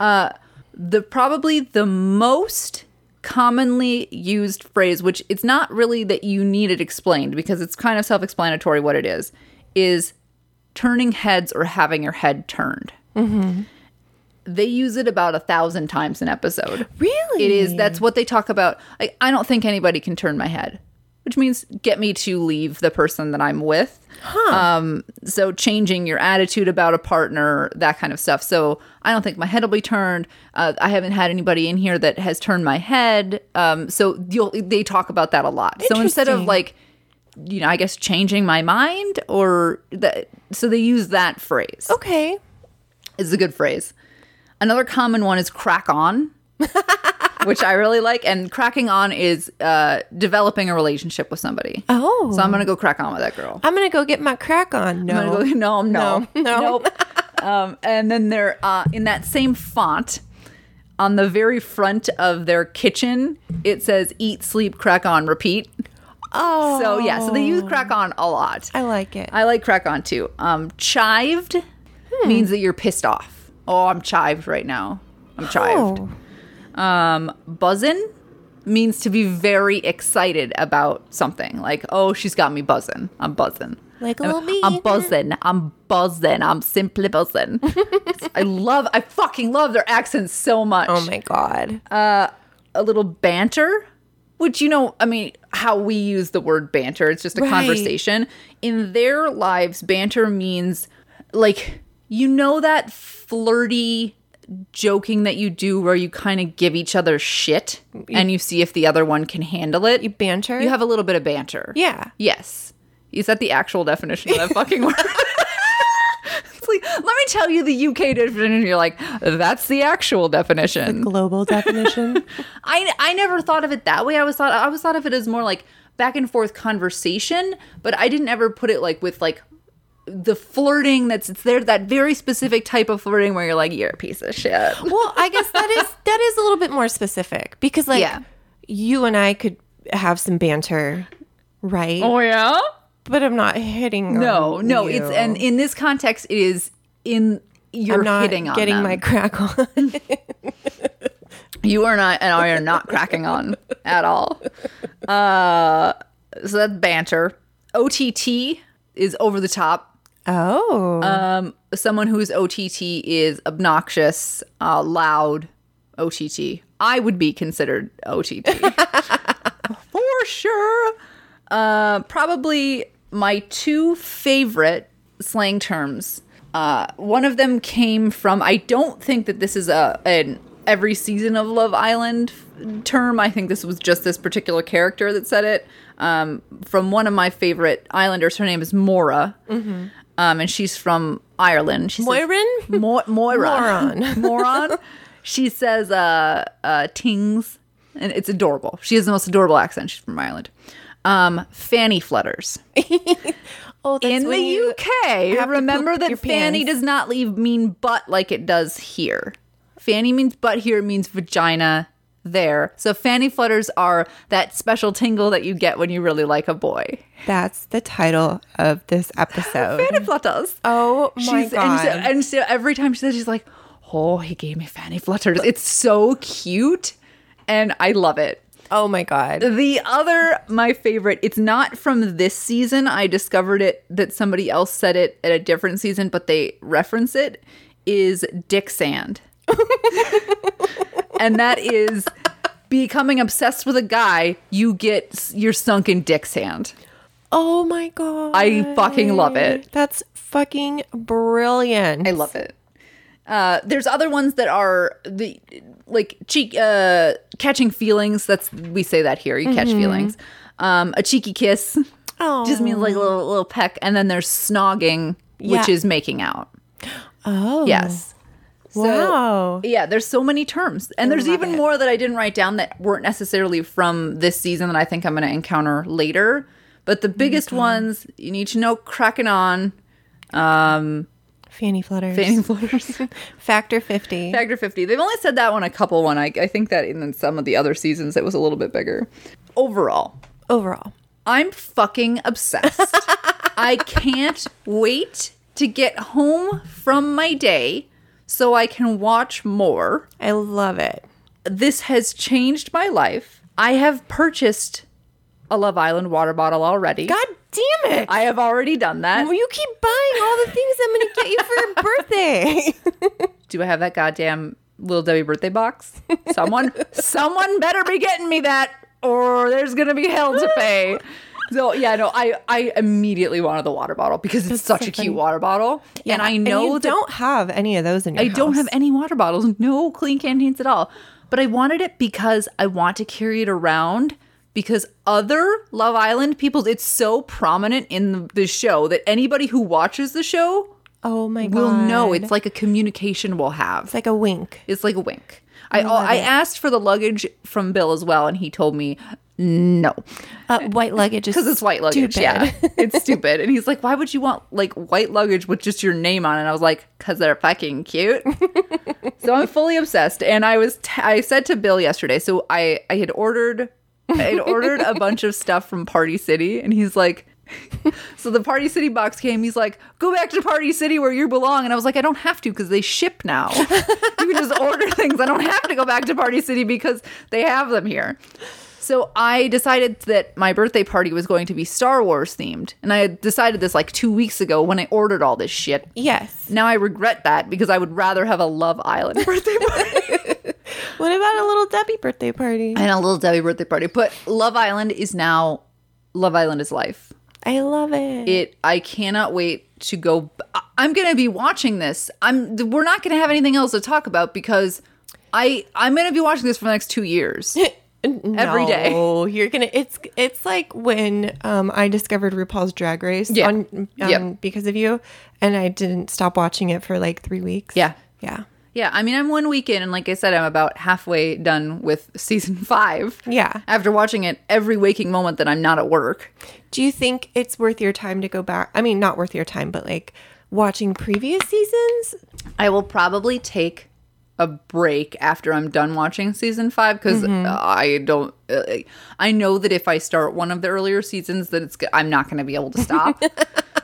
Speaker 2: Uh, the probably the most commonly used phrase, which it's not really that you need it explained because it's kind of self-explanatory what it is, is turning heads or having your head turned.
Speaker 3: Mm-hmm.
Speaker 2: They use it about a thousand times an episode.
Speaker 3: Really?
Speaker 2: It is. That's what they talk about. Like, I don't think anybody can turn my head, which means get me to leave the person that I'm with. Um, so changing your attitude about a partner, that kind of stuff. So I don't think my head will be turned. Uh, I haven't had anybody in here that has turned my head. Um, so you'll, they talk about that a lot. So instead of
Speaker 3: Interesting.
Speaker 2: like, you know, I guess changing my mind or that. So they use that phrase
Speaker 3: Okay.
Speaker 2: is a good phrase. Another common one is crack on, which I really like. And cracking on is uh, developing a relationship with somebody.
Speaker 3: Oh.
Speaker 2: So I'm going to go crack on with that girl.
Speaker 3: I'm gonna go get my crack on. No.
Speaker 2: I'm gonna go, no, no,
Speaker 3: No, no.
Speaker 2: Nope. um, and then they're uh, in that same font on the very front of their kitchen. It says "Eat, sleep, crack on, repeat."
Speaker 3: Oh,
Speaker 2: So yeah, so they use crack on a lot.
Speaker 3: I like it.
Speaker 2: I like crack on too. Um, chived means that you're pissed off. Oh, I'm chived right now. I'm chived.
Speaker 3: Oh.
Speaker 2: Um, buzzin means to be very excited about something. Like, oh, she's got me buzzing. I'm buzzing.
Speaker 3: Like oh, a
Speaker 2: I'm,
Speaker 3: little bee.
Speaker 2: I'm buzzing. I'm buzzing. I'm simply buzzing. I love. I fucking love their accents so much
Speaker 3: Oh my god.
Speaker 2: Uh, a little banter, which you know, I mean, how we use the word banter, it's just a
Speaker 3: Right.
Speaker 2: conversation. In their lives, banter means like you know that flirty joking that you do where you kind of give each other shit and you see if the other one can handle it.
Speaker 3: you banter.
Speaker 2: You have a little bit of banter.
Speaker 3: yeah.
Speaker 2: Yes. Is that the actual definition of that fucking word? It's like, Let me tell you the UK definition. You're like, that's the actual definition.
Speaker 3: Global definition.
Speaker 2: I I never thought of it that way. I was thought I was thought of it as more like back and forth conversation, but I didn't ever put it like with like the flirting that's it's there that very specific type of flirting where you're like you're a piece of shit.
Speaker 3: well, I guess that is that is a little bit more specific because like
Speaker 2: Yeah.
Speaker 3: you and I could have some banter, right?
Speaker 2: yeah.
Speaker 3: But I'm not hitting.
Speaker 2: Oh. No,
Speaker 3: on
Speaker 2: no, it's
Speaker 3: you.
Speaker 2: and in this context it is in you're
Speaker 3: I'm not
Speaker 2: hitting on
Speaker 3: getting
Speaker 2: them.
Speaker 3: my crack on.
Speaker 2: You are not, and I are not cracking on at all. Uh, so that's banter. OTT is over the top.
Speaker 3: oh,
Speaker 2: Um, someone who's OTT is obnoxious, uh, loud. OTT. I would be considered OTT for sure. Uh, probably my two favorite slang terms. Uh, one of them came from. I don't think that this is a an every season of Love Island f- term. I think this was just this particular character that said it. Um, from one of my favorite Islanders. Her name is Mora, um, and she's from Ireland. She's
Speaker 3: Moirin?
Speaker 2: Mo- Moira.
Speaker 3: Moron.
Speaker 2: Moron. She says uh, uh, tings, and it's adorable. She has the most adorable accent. She's from Ireland. Um, fanny flutters.
Speaker 3: oh, that's
Speaker 2: In the
Speaker 3: when you-
Speaker 2: UK,
Speaker 3: have to
Speaker 2: remember
Speaker 3: poop
Speaker 2: that
Speaker 3: your
Speaker 2: fanny
Speaker 3: pants.
Speaker 2: does not leave mean butt like it does here. Fanny means butt here, means vagina there. So fanny flutters are that special tingle that you get when you really like a boy.
Speaker 3: That's the title of this episode.
Speaker 2: Fanny flutters.
Speaker 3: oh my
Speaker 2: she's,
Speaker 3: god.
Speaker 2: And so, and so every time she says, she's like, "Oh, he gave me fanny flutters." It's so cute, and I love it.
Speaker 3: oh my god.
Speaker 2: The other, my favorite, it's not from this season. I discovered it that somebody else said it at a different season, but they reference it. Is dick sand, and that is becoming obsessed with a guy. You get s- you're sunk in dick sand.
Speaker 3: Oh my god.
Speaker 2: I fucking love it.
Speaker 3: That's fucking brilliant.
Speaker 2: I love it. Uh, there's other ones that are the like cheek uh, catching feelings. That's we say that here. You
Speaker 3: Mm-hmm.
Speaker 2: catch feelings. Um, a cheeky kiss
Speaker 3: Oh.
Speaker 2: just means like a little, little peck, and then there's snogging, which
Speaker 3: Yeah.
Speaker 2: is making out.
Speaker 3: Oh.
Speaker 2: Yes. So,
Speaker 3: Wow.
Speaker 2: yeah, there's so many terms, and there's even more that I didn't write down that weren't necessarily from this season that I think I'm going to encounter later. But
Speaker 3: Mm-hmm.
Speaker 2: the biggest ones you need to know: cracking on, um,
Speaker 3: Fanny flutters.
Speaker 2: fanny flutters.
Speaker 3: Factor 50.
Speaker 2: Factor 50. They've only said that one a couple one. I, I think that in some of the other seasons it was a little bit bigger. Overall,
Speaker 3: Overall.
Speaker 2: I'm fucking obsessed. I can't wait to get home from my day so I can watch more.
Speaker 3: I love it.
Speaker 2: This has changed my life. I have purchased a Love Island water bottle already.
Speaker 3: God damn it.
Speaker 2: I have already done that.
Speaker 3: Well, you keep buying all the things I'm going to get you for your birthday.
Speaker 2: Do I have that goddamn little Debbie birthday box? Someone, someone better be getting me that, or there's gonna be hell to pay. So yeah, no, I I immediately wanted the water bottle because it's such
Speaker 3: so
Speaker 2: a cute
Speaker 3: funny.
Speaker 2: water bottle, and I know
Speaker 3: you
Speaker 2: that
Speaker 3: don't have any of those in your
Speaker 2: I don't have
Speaker 3: house.
Speaker 2: any water bottles, no clean canteens at all. But I wanted it because I want to carry it around because other Love Island people, it's so prominent in the show that anybody who watches the show
Speaker 3: Oh my god.
Speaker 2: will know. It's like a communication we'll have.
Speaker 3: it's like a wink.
Speaker 2: It's like a wink. I I asked for the luggage from Bill as well, and he told me no
Speaker 3: Uh, white luggage is
Speaker 2: because it's white luggage.
Speaker 3: Stupid.
Speaker 2: Yeah, it's stupid. And he's like, "Why would you want like white luggage with just your name on it?" And I was like, "Cause they're fucking cute." so I'm fully obsessed. And I was t- I said to Bill yesterday. So I I had ordered I'd ordered a bunch of stuff from Party City, and he's like, so the Party City box came. He's like, go back to Party City where you belong. And I was like, I don't have to because they ship now. you can just order things. I don't have to go back to Party City because they have them here. So I decided that my birthday party was going to be Star Wars themed. And I had decided this like two weeks ago when I ordered all this shit.
Speaker 3: Yes.
Speaker 2: Now I regret that because I would rather have a Love Island birthday party.
Speaker 3: What about a little Debbie birthday party?
Speaker 2: and a little Debbie birthday party. But Love Island is now Love Island is life.
Speaker 3: I love it.
Speaker 2: It I cannot wait to go I- I'm going to be watching this. I'm th- we're not going to have anything else to talk about because I I'm going to be watching this for the next 2 years.
Speaker 3: Every
Speaker 2: day.
Speaker 3: you're gonna. It's it's like when um, I discovered RuPaul's Drag Race
Speaker 2: Yeah.
Speaker 3: on um,
Speaker 2: Yep.
Speaker 3: because of you, and I didn't stop watching it for like three weeks.
Speaker 2: Yeah.
Speaker 3: yeah,
Speaker 2: yeah, I mean I'm one weekend and like I said I'm about halfway done with season 5.
Speaker 3: yeah.
Speaker 2: After watching it every waking moment that I'm not at work.
Speaker 3: Do you think it's worth your time to go back? I mean, not worth your time, but like watching previous seasons.
Speaker 2: I will probably take a break after I'm done watching season five because I don't. Uh, I know that if I start one of the earlier seasons, that it's g- I'm not going to be able to stop.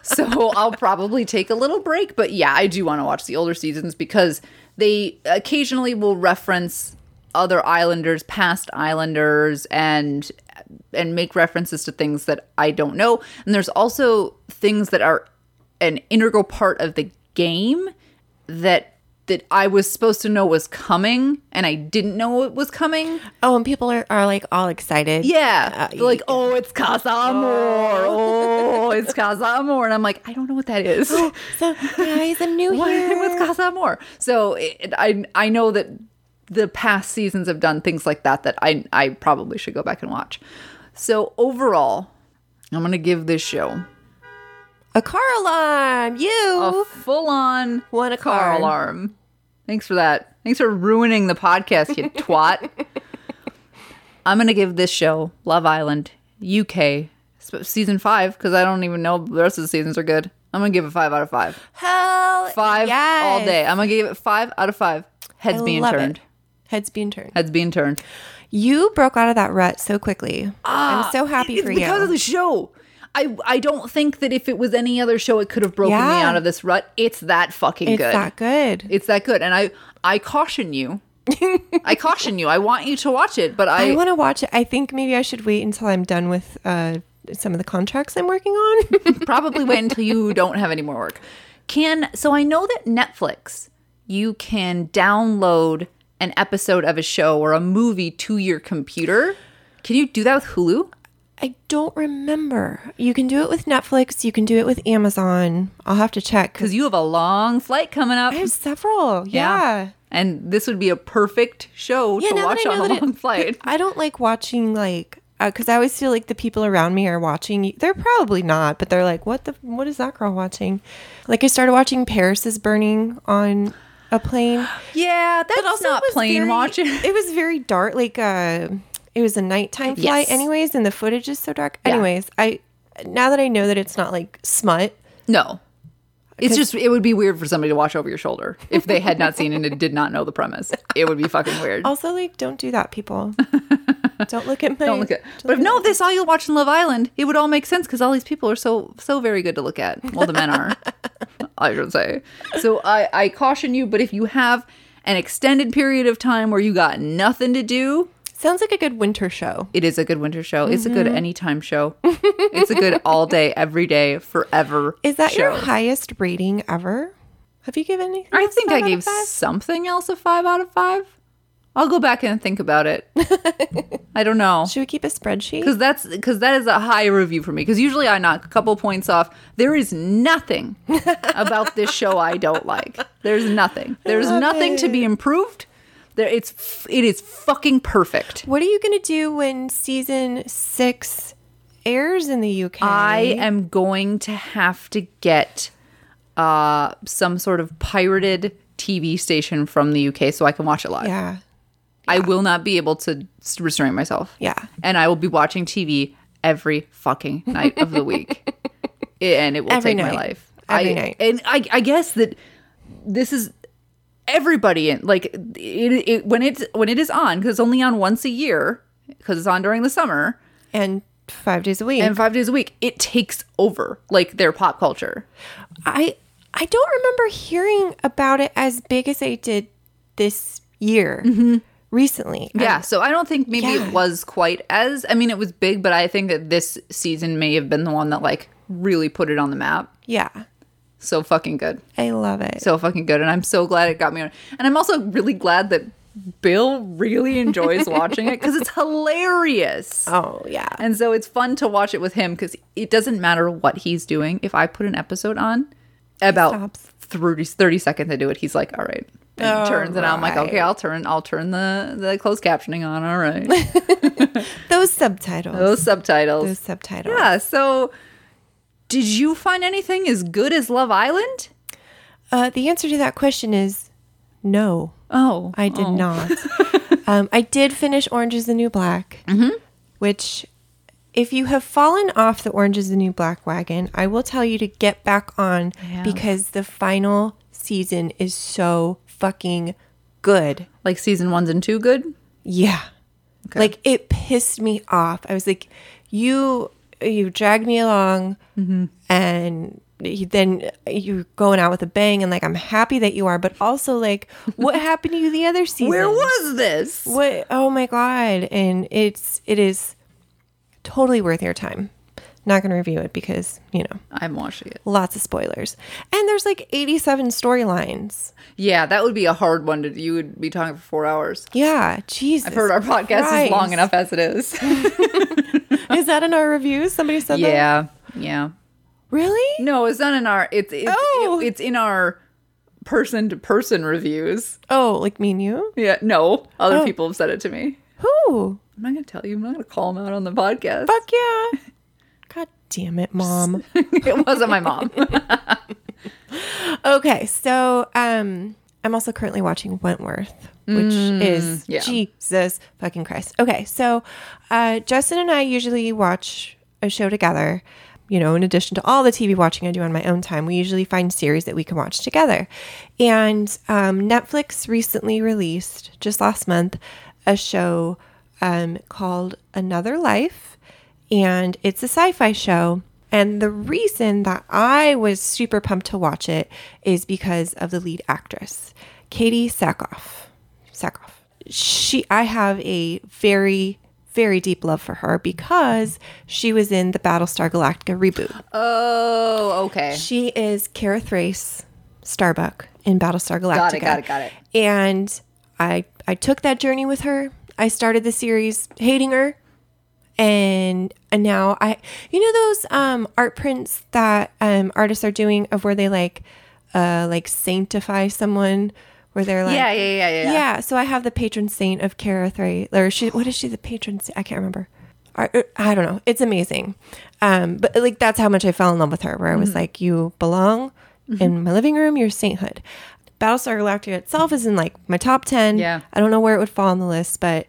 Speaker 2: so I'll probably take a little break. But yeah, I do want to watch the older seasons because they occasionally will reference other islanders past islanders and and make references to things that i don't know and there's also things that are an integral part of the game that that I was supposed to know was coming and I didn't know it was coming.
Speaker 3: Oh, and people are, are like all excited.
Speaker 2: Yeah.
Speaker 3: Uh,
Speaker 2: They're like, oh, it's Casa Amor. Oh, it's Casa Amor. And I'm like, I don't know what that is.
Speaker 3: So guys, I'm new
Speaker 2: What-
Speaker 3: here.
Speaker 2: What's Casa Amor? So it, I, I know that the past seasons have done things like that that I, I probably should go back and watch. So overall, I'm going to give this show
Speaker 3: A car alarm. You.
Speaker 2: a full on
Speaker 3: Want a
Speaker 2: car
Speaker 3: car.
Speaker 2: alarm. Thanks for that. Thanks for ruining the podcast, you twat. I'm going to give this show, Love Island, UK, sp- season five, because I don't even know if the rest of the seasons are good. I'm going to give it five out of five.
Speaker 3: Hell.
Speaker 2: Five
Speaker 3: yes.
Speaker 2: all day. I'm going to give it five out of five. Heads
Speaker 3: I
Speaker 2: being
Speaker 3: love it.
Speaker 2: turned.
Speaker 3: Heads being turned.
Speaker 2: Heads being turned.
Speaker 3: You broke out of that rut so quickly. I'm so happy
Speaker 2: Ah, It's
Speaker 3: for
Speaker 2: because
Speaker 3: you.
Speaker 2: of the show. I, I don't think that if it was any other show, it could have broken me
Speaker 3: Yeah.
Speaker 2: out of this rut. It's that fucking
Speaker 3: it's
Speaker 2: good.
Speaker 3: that good.
Speaker 2: It's that good. And I I caution you. I caution you. I want you to watch it, but I,
Speaker 3: I want to watch it. I think maybe I should wait until I'm done with uh, some of the contracts I'm working on.
Speaker 2: probably wait until you don't have any more work. Can so I know that Netflix you can download an episode of a show or a movie to your computer. Can you do that with Hulu?
Speaker 3: I don't remember. You can do it with Netflix. You can do it with Amazon. I'll have to check because
Speaker 2: Because you have a long flight coming up.
Speaker 3: I have several. Yeah.
Speaker 2: And this would be a perfect show to
Speaker 3: now that
Speaker 2: watch
Speaker 3: I know
Speaker 2: on a
Speaker 3: that it-
Speaker 2: long flight.
Speaker 3: I don't like watching like because I always feel like the people around me are watching. They're probably not, but they're like, "What the? What is that girl watching?" Like I started watching Paris is Burning on a plane.
Speaker 2: Yeah, that's not
Speaker 3: it was
Speaker 2: plain
Speaker 3: very-
Speaker 2: watching.
Speaker 3: It was very dark. Like uh, it was a nighttime flight,
Speaker 2: Yes.
Speaker 3: anyways, and the footage is so dark. Anyways, I now that I know that it's not like smut.
Speaker 2: No. It's just it would be weird for somebody to watch over your shoulder if they had not seen it and did not know the premise. It would be fucking weird.
Speaker 3: Also, like, don't do that, people. don't look at my.
Speaker 2: Don't look at. But if no, if they saw you watching Love Island, it would all make sense because all these people are so so very good to look at. Well, the men are, I should say. So I I caution you. But if you have an extended period of time where you got nothing to do,
Speaker 3: Sounds like a good winter show.
Speaker 2: it is a good winter show. It's a good
Speaker 3: Mm-hmm.
Speaker 2: anytime show. it's a good all day, every day, forever.
Speaker 3: Is that your
Speaker 2: show.
Speaker 3: highest rating ever? Have you given anything?
Speaker 2: I
Speaker 3: else
Speaker 2: think
Speaker 3: five
Speaker 2: I
Speaker 3: out of
Speaker 2: gave
Speaker 3: five?
Speaker 2: something else a five out of five. I'll go back and think about it. I don't know
Speaker 3: Should we keep a spreadsheet?
Speaker 2: because that's because that is a high review for me. Because usually I knock a couple points off. There is nothing about this show I don't like. There's nothing. There's
Speaker 3: love
Speaker 2: nothing to be improved. There, it's f- it is fucking perfect.
Speaker 3: What are you going to do when season six airs in the UK?
Speaker 2: I am going to have to get uh, some sort of pirated TV station from the UK so I can watch it live.
Speaker 3: yeah,
Speaker 2: I will not be able to s- restrain myself.
Speaker 3: Yeah.
Speaker 2: And I will be watching TV every fucking night of the week. and it will
Speaker 3: Every
Speaker 2: take
Speaker 3: night.
Speaker 2: my life.
Speaker 3: Every
Speaker 2: I,
Speaker 3: night.
Speaker 2: And I, I guess that this is everybody in like it, it when it's when it is on because it's only on once a year because it's on during the summer
Speaker 3: and five days a week.
Speaker 2: and five days a week, it takes over like their pop culture.
Speaker 3: I I don't remember hearing about it as big as I did this year recently. I-
Speaker 2: Mm-hmm. Yeah. So I don't think maybe
Speaker 3: Yeah.
Speaker 2: it was quite as, I mean, it was big, but I think that this season may have been the one that like really put it on the map.
Speaker 3: yeah.
Speaker 2: So fucking good.
Speaker 3: I love it.
Speaker 2: So fucking good. And I'm so glad it got me on. And I'm also really glad that Bill really enjoys watching it because it's hilarious.
Speaker 3: oh yeah.
Speaker 2: And so it's fun to watch it with him because it doesn't matter what he's doing. If I put an episode on, about
Speaker 3: stops.
Speaker 2: 30, 30 seconds into it, he's like, all right. And he
Speaker 3: All
Speaker 2: turns and I'm like,
Speaker 3: right.
Speaker 2: okay, I'll turn, I'll turn the the closed captioning on. All right,
Speaker 3: Those subtitles.
Speaker 2: those subtitles.
Speaker 3: Those subtitles.
Speaker 2: yeah. So, did you find anything as good as Love Island?
Speaker 3: Uh, the answer to that question is no.
Speaker 2: Oh,
Speaker 3: I did
Speaker 2: oh.
Speaker 3: not. um, I did finish Orange is the New Black,
Speaker 2: Mm-hmm.
Speaker 3: which, if you have fallen off the Orange is the New Black wagon, I will tell you to get back on
Speaker 2: have.
Speaker 3: because the final season is so fucking good.
Speaker 2: Like season one's and two, good.
Speaker 3: Yeah. Like it pissed me off. I was like, you you dragged me along
Speaker 2: Mm-hmm.
Speaker 3: and you, then you're going out with a bang and like I'm happy that you are, but also like what happened to you the other season?
Speaker 2: Where was this?
Speaker 3: What oh my god. And it's it is totally worth your time. Not gonna review it because, you know,
Speaker 2: I'm watching it.
Speaker 3: lots of spoilers. And there's like eighty seven storylines.
Speaker 2: Yeah, that would be a hard one to. You would be talking for four hours.
Speaker 3: Yeah. Jesus.
Speaker 2: I've heard our podcast is long
Speaker 3: Christ.
Speaker 2: enough as it is.
Speaker 3: Is that in our reviews? Somebody said that?
Speaker 2: yeah, yeah.
Speaker 3: Really?
Speaker 2: No, it's not in our. It's it's,
Speaker 3: Oh.
Speaker 2: it- it's in our person to person reviews.
Speaker 3: Oh, like me and you?
Speaker 2: Yeah, no, other people have said it to me.
Speaker 3: Who?
Speaker 2: I'm not gonna tell you. I'm not gonna call them out on the podcast.
Speaker 3: Fuck yeah. God damn it, mom.
Speaker 2: it wasn't my mom.
Speaker 3: okay, so um I'm also currently watching Wentworth, which
Speaker 2: Mm.
Speaker 3: is
Speaker 2: yeah.
Speaker 3: Jesus fucking Christ. Okay, so uh Justin and I usually watch a show together. You know, in addition to all the TV watching I do on my own time, we usually find series that we can watch together. And um, Netflix recently released, just last month, a show um, called Another Life. and it's a sci fi show. And the reason that I was super pumped to watch it is because of the lead actress, Katie Sackhoff. Sackhoff. She, I have a very, very deep love for her because she was in the Battlestar Galactica reboot.
Speaker 2: oh, okay.
Speaker 3: She is Kara Thrace Starbuck in Battlestar Galactica.
Speaker 2: Got it, got it, got it.
Speaker 3: And I I took that journey with her. I started the series hating her. And, and now I you know those um art prints that um artists are doing of where they like uh like sanctify someone where they're like
Speaker 2: Yeah, yeah, yeah, yeah, yeah.
Speaker 3: so I have the patron saint of Kara Thrace or she what is she the patron saint? I can't remember. Or- or- I don't know. It's amazing. Um, but like that's how much I fell in love with her, where I
Speaker 2: Mm-hmm.
Speaker 3: was like, you belong in my living room, your sainthood. Battlestar Galactica itself is in like my top 10.
Speaker 2: Yeah.
Speaker 3: I don't know where it would fall on the list, but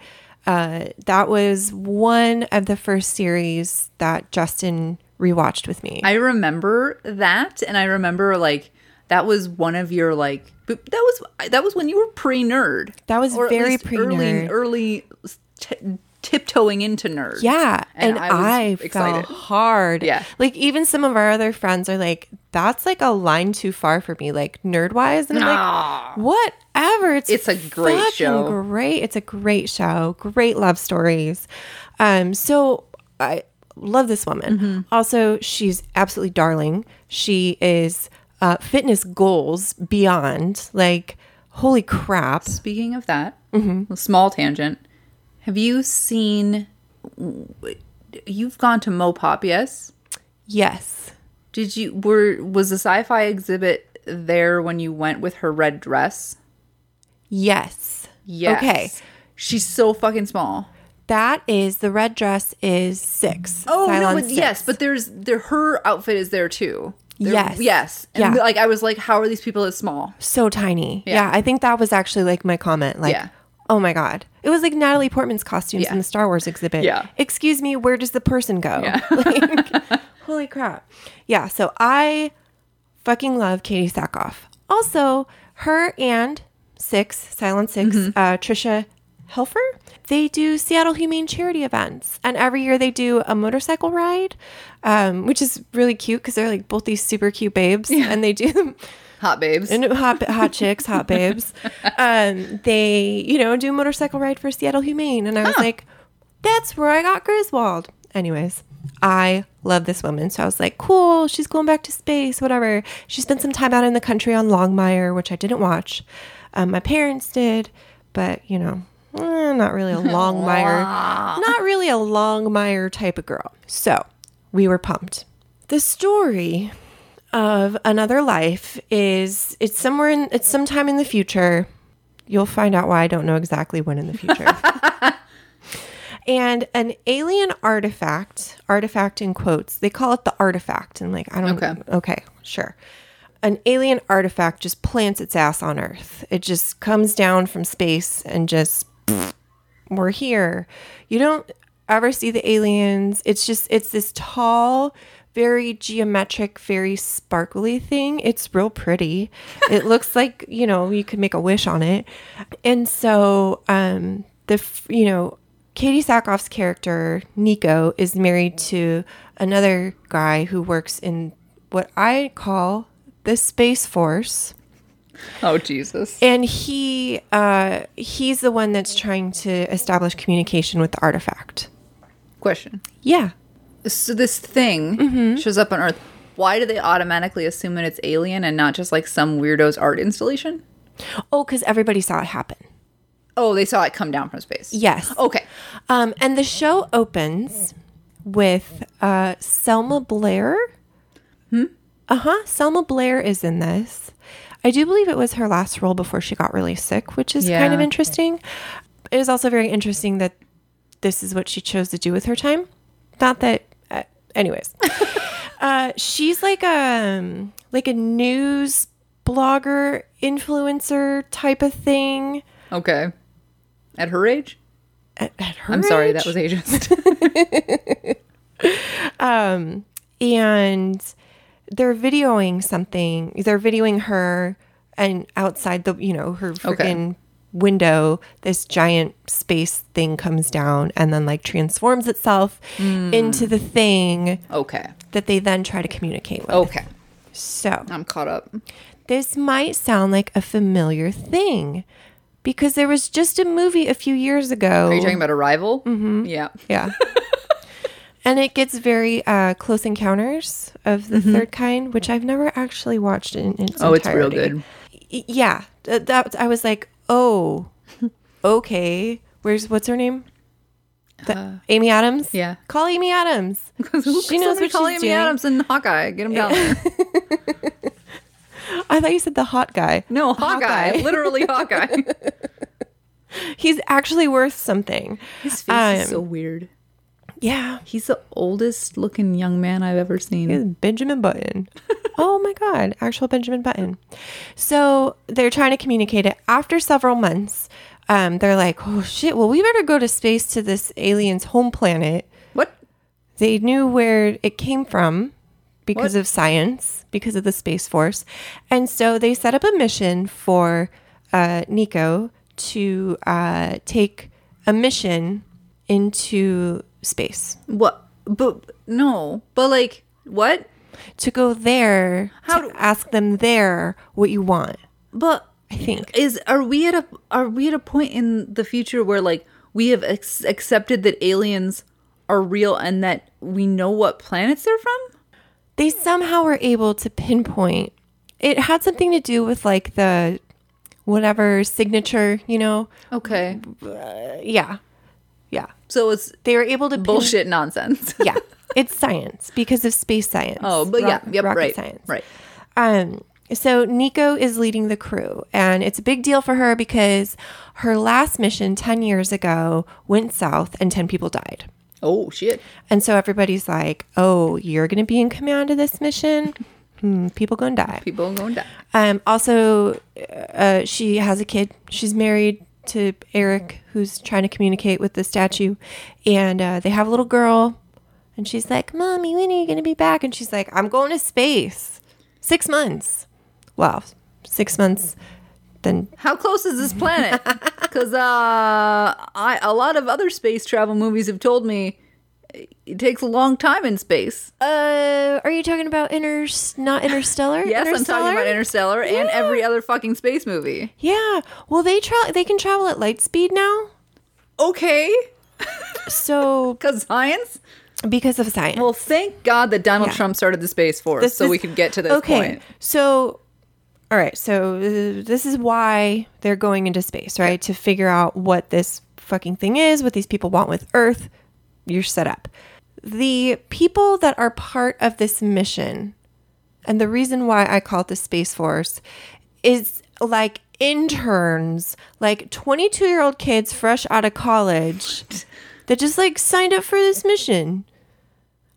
Speaker 3: uh, that was one of the first series that Justin rewatched with me.
Speaker 2: I remember that, and I remember like that was one of your like. But that was that was when you were pre nerd.
Speaker 3: That was very pre-nerd.
Speaker 2: Early, early t- tiptoeing into nerd.
Speaker 3: Yeah, and,
Speaker 2: And I was
Speaker 3: I,
Speaker 2: excited.
Speaker 3: fell hard.
Speaker 2: Yeah.
Speaker 3: like even some of our other friends are like, "That's like a line too far for me, like nerd wise." And I'm
Speaker 2: Ah.
Speaker 3: like, "Whatever." It's
Speaker 2: It's a great
Speaker 3: fucking
Speaker 2: show.
Speaker 3: Great, it's a great show. Great love stories. Um, so I love this woman.
Speaker 2: Mm-hmm.
Speaker 3: Also, she's absolutely darling. She is uh, fitness goals beyond. Like, holy crap!
Speaker 2: Speaking of that,
Speaker 3: Mm-hmm.
Speaker 2: a small tangent. Have you seen? You've gone to Mopop, yes?
Speaker 3: Yes.
Speaker 2: Did you were was the sci-fi exhibit there when you went with her red dress?
Speaker 3: Yes.
Speaker 2: Yes.
Speaker 3: Okay.
Speaker 2: She's so fucking small.
Speaker 3: That is the red dress is six.
Speaker 2: Oh
Speaker 3: Cylon
Speaker 2: no, but
Speaker 3: six.
Speaker 2: yes, but there's there her outfit is there too. There-
Speaker 3: Yes.
Speaker 2: Yes. And
Speaker 3: Yeah.
Speaker 2: like I was like, how are these people that small?
Speaker 3: so tiny.
Speaker 2: Yeah.
Speaker 3: Yeah. I think that was actually like my comment. Like,
Speaker 2: Yeah.
Speaker 3: oh my god, it was like Natalie Portman's costumes
Speaker 2: Yeah.
Speaker 3: in the Star Wars exhibit.
Speaker 2: Yeah.
Speaker 3: Excuse me, where does the person go? Like, holy crap. Yeah. So I fucking love Katie
Speaker 2: Mm-hmm.
Speaker 3: Sackhoff. Also, her and six Silent 6 uh, Trisha Helfer. They do Seattle Humane Charity events, and every year they do a motorcycle ride, um, which is really cute because they're like both these super cute babes, and they do
Speaker 2: Hot babes.
Speaker 3: and hot hot chicks, hot babes. Um, they you know do a motorcycle ride for Seattle Humane, and I was like, that's where I got Griswold. Anyways, I love this woman, so I was like, cool, she's going back to space, whatever. She spent some time out in the country on Longmire, which I didn't watch. Um, my parents did, but you know. eh, not really a Longmire, not really a Longmire type of girl. So we were pumped. The story of another life is it's somewhere in it's sometime in the future. You'll find out why I don't know exactly when in the future. and an alien artifact, artifact in quotes, they call it the artifact. And like, I don't
Speaker 2: Okay.
Speaker 3: Okay, sure. An alien artifact just plants its ass on Earth. It just comes down from space and just we're here. You don't ever see the aliens. It's just it's this tall, very geometric, very sparkly thing. It's real pretty. it looks like, you know, you could make a wish on it. And so um the f- you know, Katie Sackhoff's character, Nico, is married to another guy who works in what I call the Space Force
Speaker 2: oh Jesus.
Speaker 3: and he uh, he's the one that's trying to establish communication with the artifact.
Speaker 2: Question.
Speaker 3: Yeah,
Speaker 2: So this thing
Speaker 3: Mm-hmm.
Speaker 2: shows up on Earth. Why do they automatically assume that it's alien and not just like some weirdo's art installation?
Speaker 3: Oh, because everybody saw it happen.
Speaker 2: Oh, they saw it come down from space.
Speaker 3: Yes.
Speaker 2: Okay.
Speaker 3: Um, and the show opens with uh, Selma Blair. Hmm? Uh huh. Selma Blair is in this. I do believe it was her last role before she got really sick, which is kind of
Speaker 2: Yeah.
Speaker 3: interesting. It is also very interesting that this is what she chose to do with her time. Not that, uh, anyways. uh, she's like a like a news blogger influencer type of thing.
Speaker 2: Okay. At her age?
Speaker 3: At, at her
Speaker 2: I'm sorry,
Speaker 3: age.
Speaker 2: that was ageist.
Speaker 3: and they're videoing something. They're videoing her and outside the, you know, her freaking
Speaker 2: Okay.
Speaker 3: window, this giant space thing comes down and then like transforms itself
Speaker 2: Hmm.
Speaker 3: into the thing
Speaker 2: okay.
Speaker 3: that they then try to communicate with.
Speaker 2: Okay.
Speaker 3: So
Speaker 2: I'm caught up.
Speaker 3: this might sound like a familiar thing because there was just a movie a few years ago.
Speaker 2: Are you talking about Arrival? Mm-hmm. Yeah.
Speaker 3: Yeah. and it gets very uh, close encounters of the third kind, which I've never actually watched in its
Speaker 2: Mm-hmm. Oh, it's real
Speaker 3: entirety.
Speaker 2: good.
Speaker 3: Y- Yeah. Th- That I was like, "Oh. Okay. Where's what's her name? The- Amy Adams?
Speaker 2: Uh, yeah.
Speaker 3: Call Amy Adams. she knows what she's
Speaker 2: Amy
Speaker 3: doing.
Speaker 2: Adams and Hawkeye. Get him down there.
Speaker 3: I thought you said the hot guy.
Speaker 2: No, Hawkeye.
Speaker 3: Hawkeye.
Speaker 2: Literally Hawkeye.
Speaker 3: He's actually worth something.
Speaker 2: His face
Speaker 3: Um,
Speaker 2: is so weird.
Speaker 3: Yeah.
Speaker 2: He's the oldest looking young man I've ever seen.
Speaker 3: is Benjamin Button. oh my God, actual Benjamin Button. So they're trying to communicate it after several months. Um, they're like, oh shit, well, we better go to space to this alien's home planet.
Speaker 2: What?
Speaker 3: They knew where it came from because of science, because of the Space Force. And so they set up a mission for uh, Nico to uh, take a mission into space
Speaker 2: What? But no. But like what?
Speaker 3: to go there
Speaker 2: How
Speaker 3: to
Speaker 2: do-
Speaker 3: ask them there what you want
Speaker 2: But
Speaker 3: i think
Speaker 2: is are we at a are we at a point in the future where like we have ex- accepted that aliens are real and that we know what planets they're from?
Speaker 3: they somehow were able to pinpoint it had something to do with like the whatever signature you know
Speaker 2: Okay.
Speaker 3: yeah yeah
Speaker 2: So it's
Speaker 3: they were able to pin-
Speaker 2: bullshit nonsense.
Speaker 3: yeah it's science because of space science
Speaker 2: Oh, but yeah,
Speaker 3: Rock-
Speaker 2: yep,
Speaker 3: rocket
Speaker 2: right,
Speaker 3: science
Speaker 2: right.
Speaker 3: Um, so Nico is leading the crew, and it's a big deal for her because her last mission 10 years ago went south and 10 people died.
Speaker 2: Oh shit.
Speaker 3: And so everybody's like, oh, you're going to be in command of this mission? Hmm, people going to die.
Speaker 2: People are going down.
Speaker 3: Um, also, uh, she has a kid. She's married to Eric, who's trying to communicate with the statue. And uh, they have a little girl. And she's like, Mommy, when are you going to be back? And she's like, I'm going to space. Six months. Wow. Six months then
Speaker 2: How close is this planet? Because uh, I a lot of other space travel movies have told me it takes a long time in space.
Speaker 3: uh, are you talking about inter not interstellar?
Speaker 2: Yes, I'm talking about Interstellar
Speaker 3: Interstellar?
Speaker 2: and every other fucking space movie.
Speaker 3: Yeah. Well, they travel. They can travel at light speed now.
Speaker 2: Okay,
Speaker 3: So
Speaker 2: because science.
Speaker 3: because of science.
Speaker 2: Well, thank God that Donald
Speaker 3: Yeah.
Speaker 2: Trump started the space force
Speaker 3: This
Speaker 2: so we
Speaker 3: is-
Speaker 2: could get to this
Speaker 3: okay,
Speaker 2: point.
Speaker 3: So, all right. So uh, this is why they're going into space, right? To figure out what this fucking thing is, what these people want with Earth. You're set up. The people that are part of this mission, and the reason why I call it the Space Force, is like interns, like 22 year old kids fresh out of college that just like signed up for this mission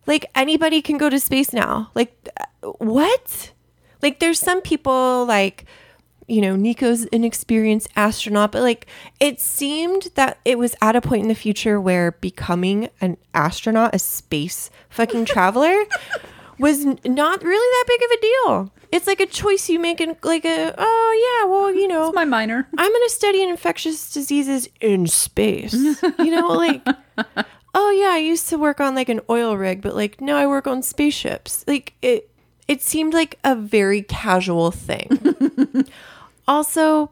Speaker 3: like anybody can go to space now. Like uh, what? Like there's some people like you know, Nico's an experienced astronaut, but like it seemed that it was at a point in the future where becoming an astronaut, a space fucking traveler was n- not really that big of a deal. It's like a choice you make in like a oh yeah, well, you know,
Speaker 2: It's my minor.
Speaker 3: I'm going to study infectious diseases in space. You know, like, oh yeah, I used to work on like an oil rig, but like now I work on spaceships. Like it, it seemed like a very casual thing. also,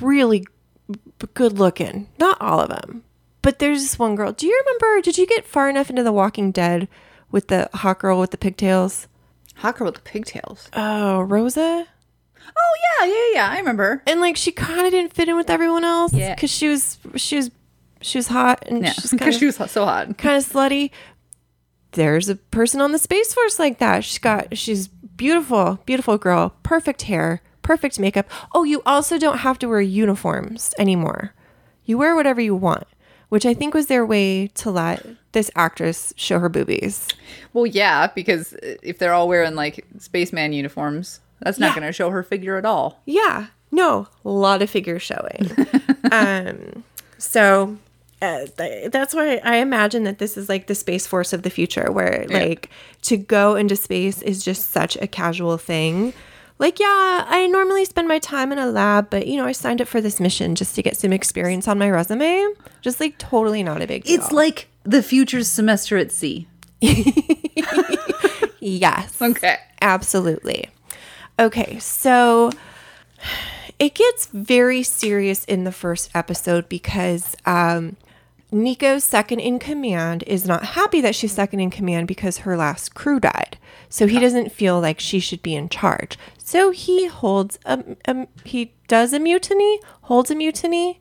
Speaker 3: really b- good looking. Not all of them, but there's this one girl. Do you remember? Did you get far enough into The Walking Dead with the hot girl with the pigtails?
Speaker 2: Hot girl with the pigtails.
Speaker 3: Oh, Rosa.
Speaker 2: Oh yeah, yeah, yeah. I remember.
Speaker 3: and like she kind of didn't fit in with everyone else
Speaker 2: Yeah.
Speaker 3: because she was she was she was hot and
Speaker 2: Yeah,
Speaker 3: she was kind
Speaker 2: because
Speaker 3: of
Speaker 2: she was so hot.
Speaker 3: kind of slutty. There's a person on the space force like that. She's got she's beautiful, beautiful girl, perfect hair, perfect makeup. Oh, you also don't have to wear uniforms anymore. You wear whatever you want, which I think was their way to let this actress show her boobies.
Speaker 2: Well, yeah, because if they're all wearing like spaceman uniforms, that's not
Speaker 3: Yeah.
Speaker 2: going to show her figure at all.
Speaker 3: Yeah. No, a lot of figure showing. um, so uh, th- that's why I imagine that this is like the space force of the future, where like to go into space is just such a casual thing. Like, yeah, I normally spend my time in a lab, but you know, I signed up for this mission just to get some experience on my resume. Just like totally not a big deal.
Speaker 2: It's like the future's semester at sea.
Speaker 3: yes.
Speaker 2: Okay.
Speaker 3: Absolutely. Okay, so it gets very serious in the first episode because um, Nico's second in command is not happy that she's second in command because her last crew died. So he doesn't feel like she should be in charge. So he holds a, a he does a mutiny, holds a mutiny.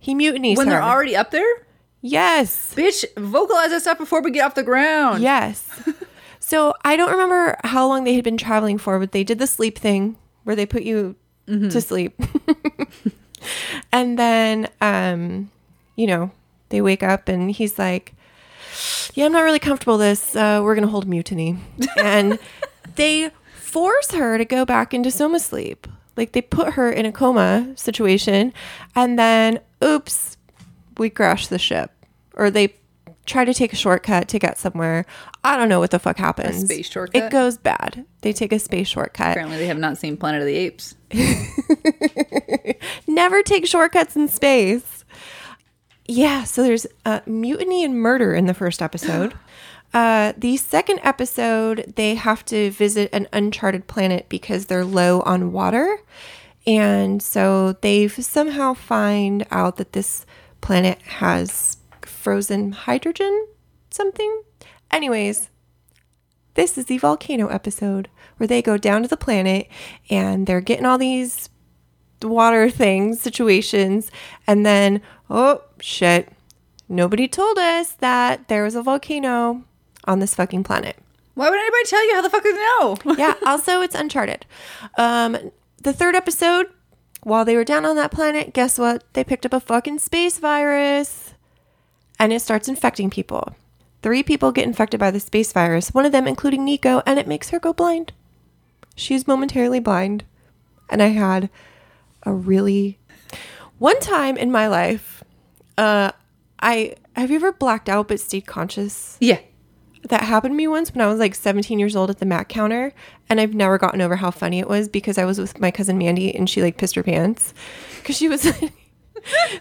Speaker 3: He mutinies
Speaker 2: When they're
Speaker 3: her.
Speaker 2: already up there?
Speaker 3: yes.
Speaker 2: Bitch, vocalize that stuff before we get off the ground.
Speaker 3: Yes. so I don't remember how long they had been traveling for, but they did the sleep thing where they put you to sleep. and then, um, you know, they wake up and he's like, Yeah, I'm not really comfortable with this. Uh, we're going to hold mutiny. and they force her to go back into soma sleep. Like they put her in a coma situation. And then, oops, we crash the ship or they try to take a shortcut to get somewhere. I don't know what the fuck happens.
Speaker 2: space shortcut?
Speaker 3: It goes bad. They take a space shortcut.
Speaker 2: Apparently, they have not seen Planet of the Apes.
Speaker 3: Never take shortcuts in space. Yeah, so there's uh, mutiny and murder in the first episode. Uh, the second episode, they have to visit an uncharted planet because they're low on water. And so they've somehow find out that this planet has frozen hydrogen something. Anyways, this is the volcano episode where they go down to the planet and they're getting all these water things, situations, and then, oh shit, nobody told us that there was a volcano on this fucking planet.
Speaker 2: Why would anybody tell you how the fuck they know?
Speaker 3: Yeah, also, it's Uncharted. Um, the third episode, while they were down on that planet, guess what? They picked up a fucking space virus and it starts infecting people. Three people get infected by the space virus, one of them including Nico, and it makes her go blind. She's momentarily blind. And I had a really. One time in my life, uh, I. Have you ever blacked out but stayed conscious?
Speaker 2: yeah.
Speaker 3: that happened to me once when I was like 17 years old at the Mac counter, and I've never gotten over how funny it was because I was with my cousin Mandy and she like pissed her pants because she was.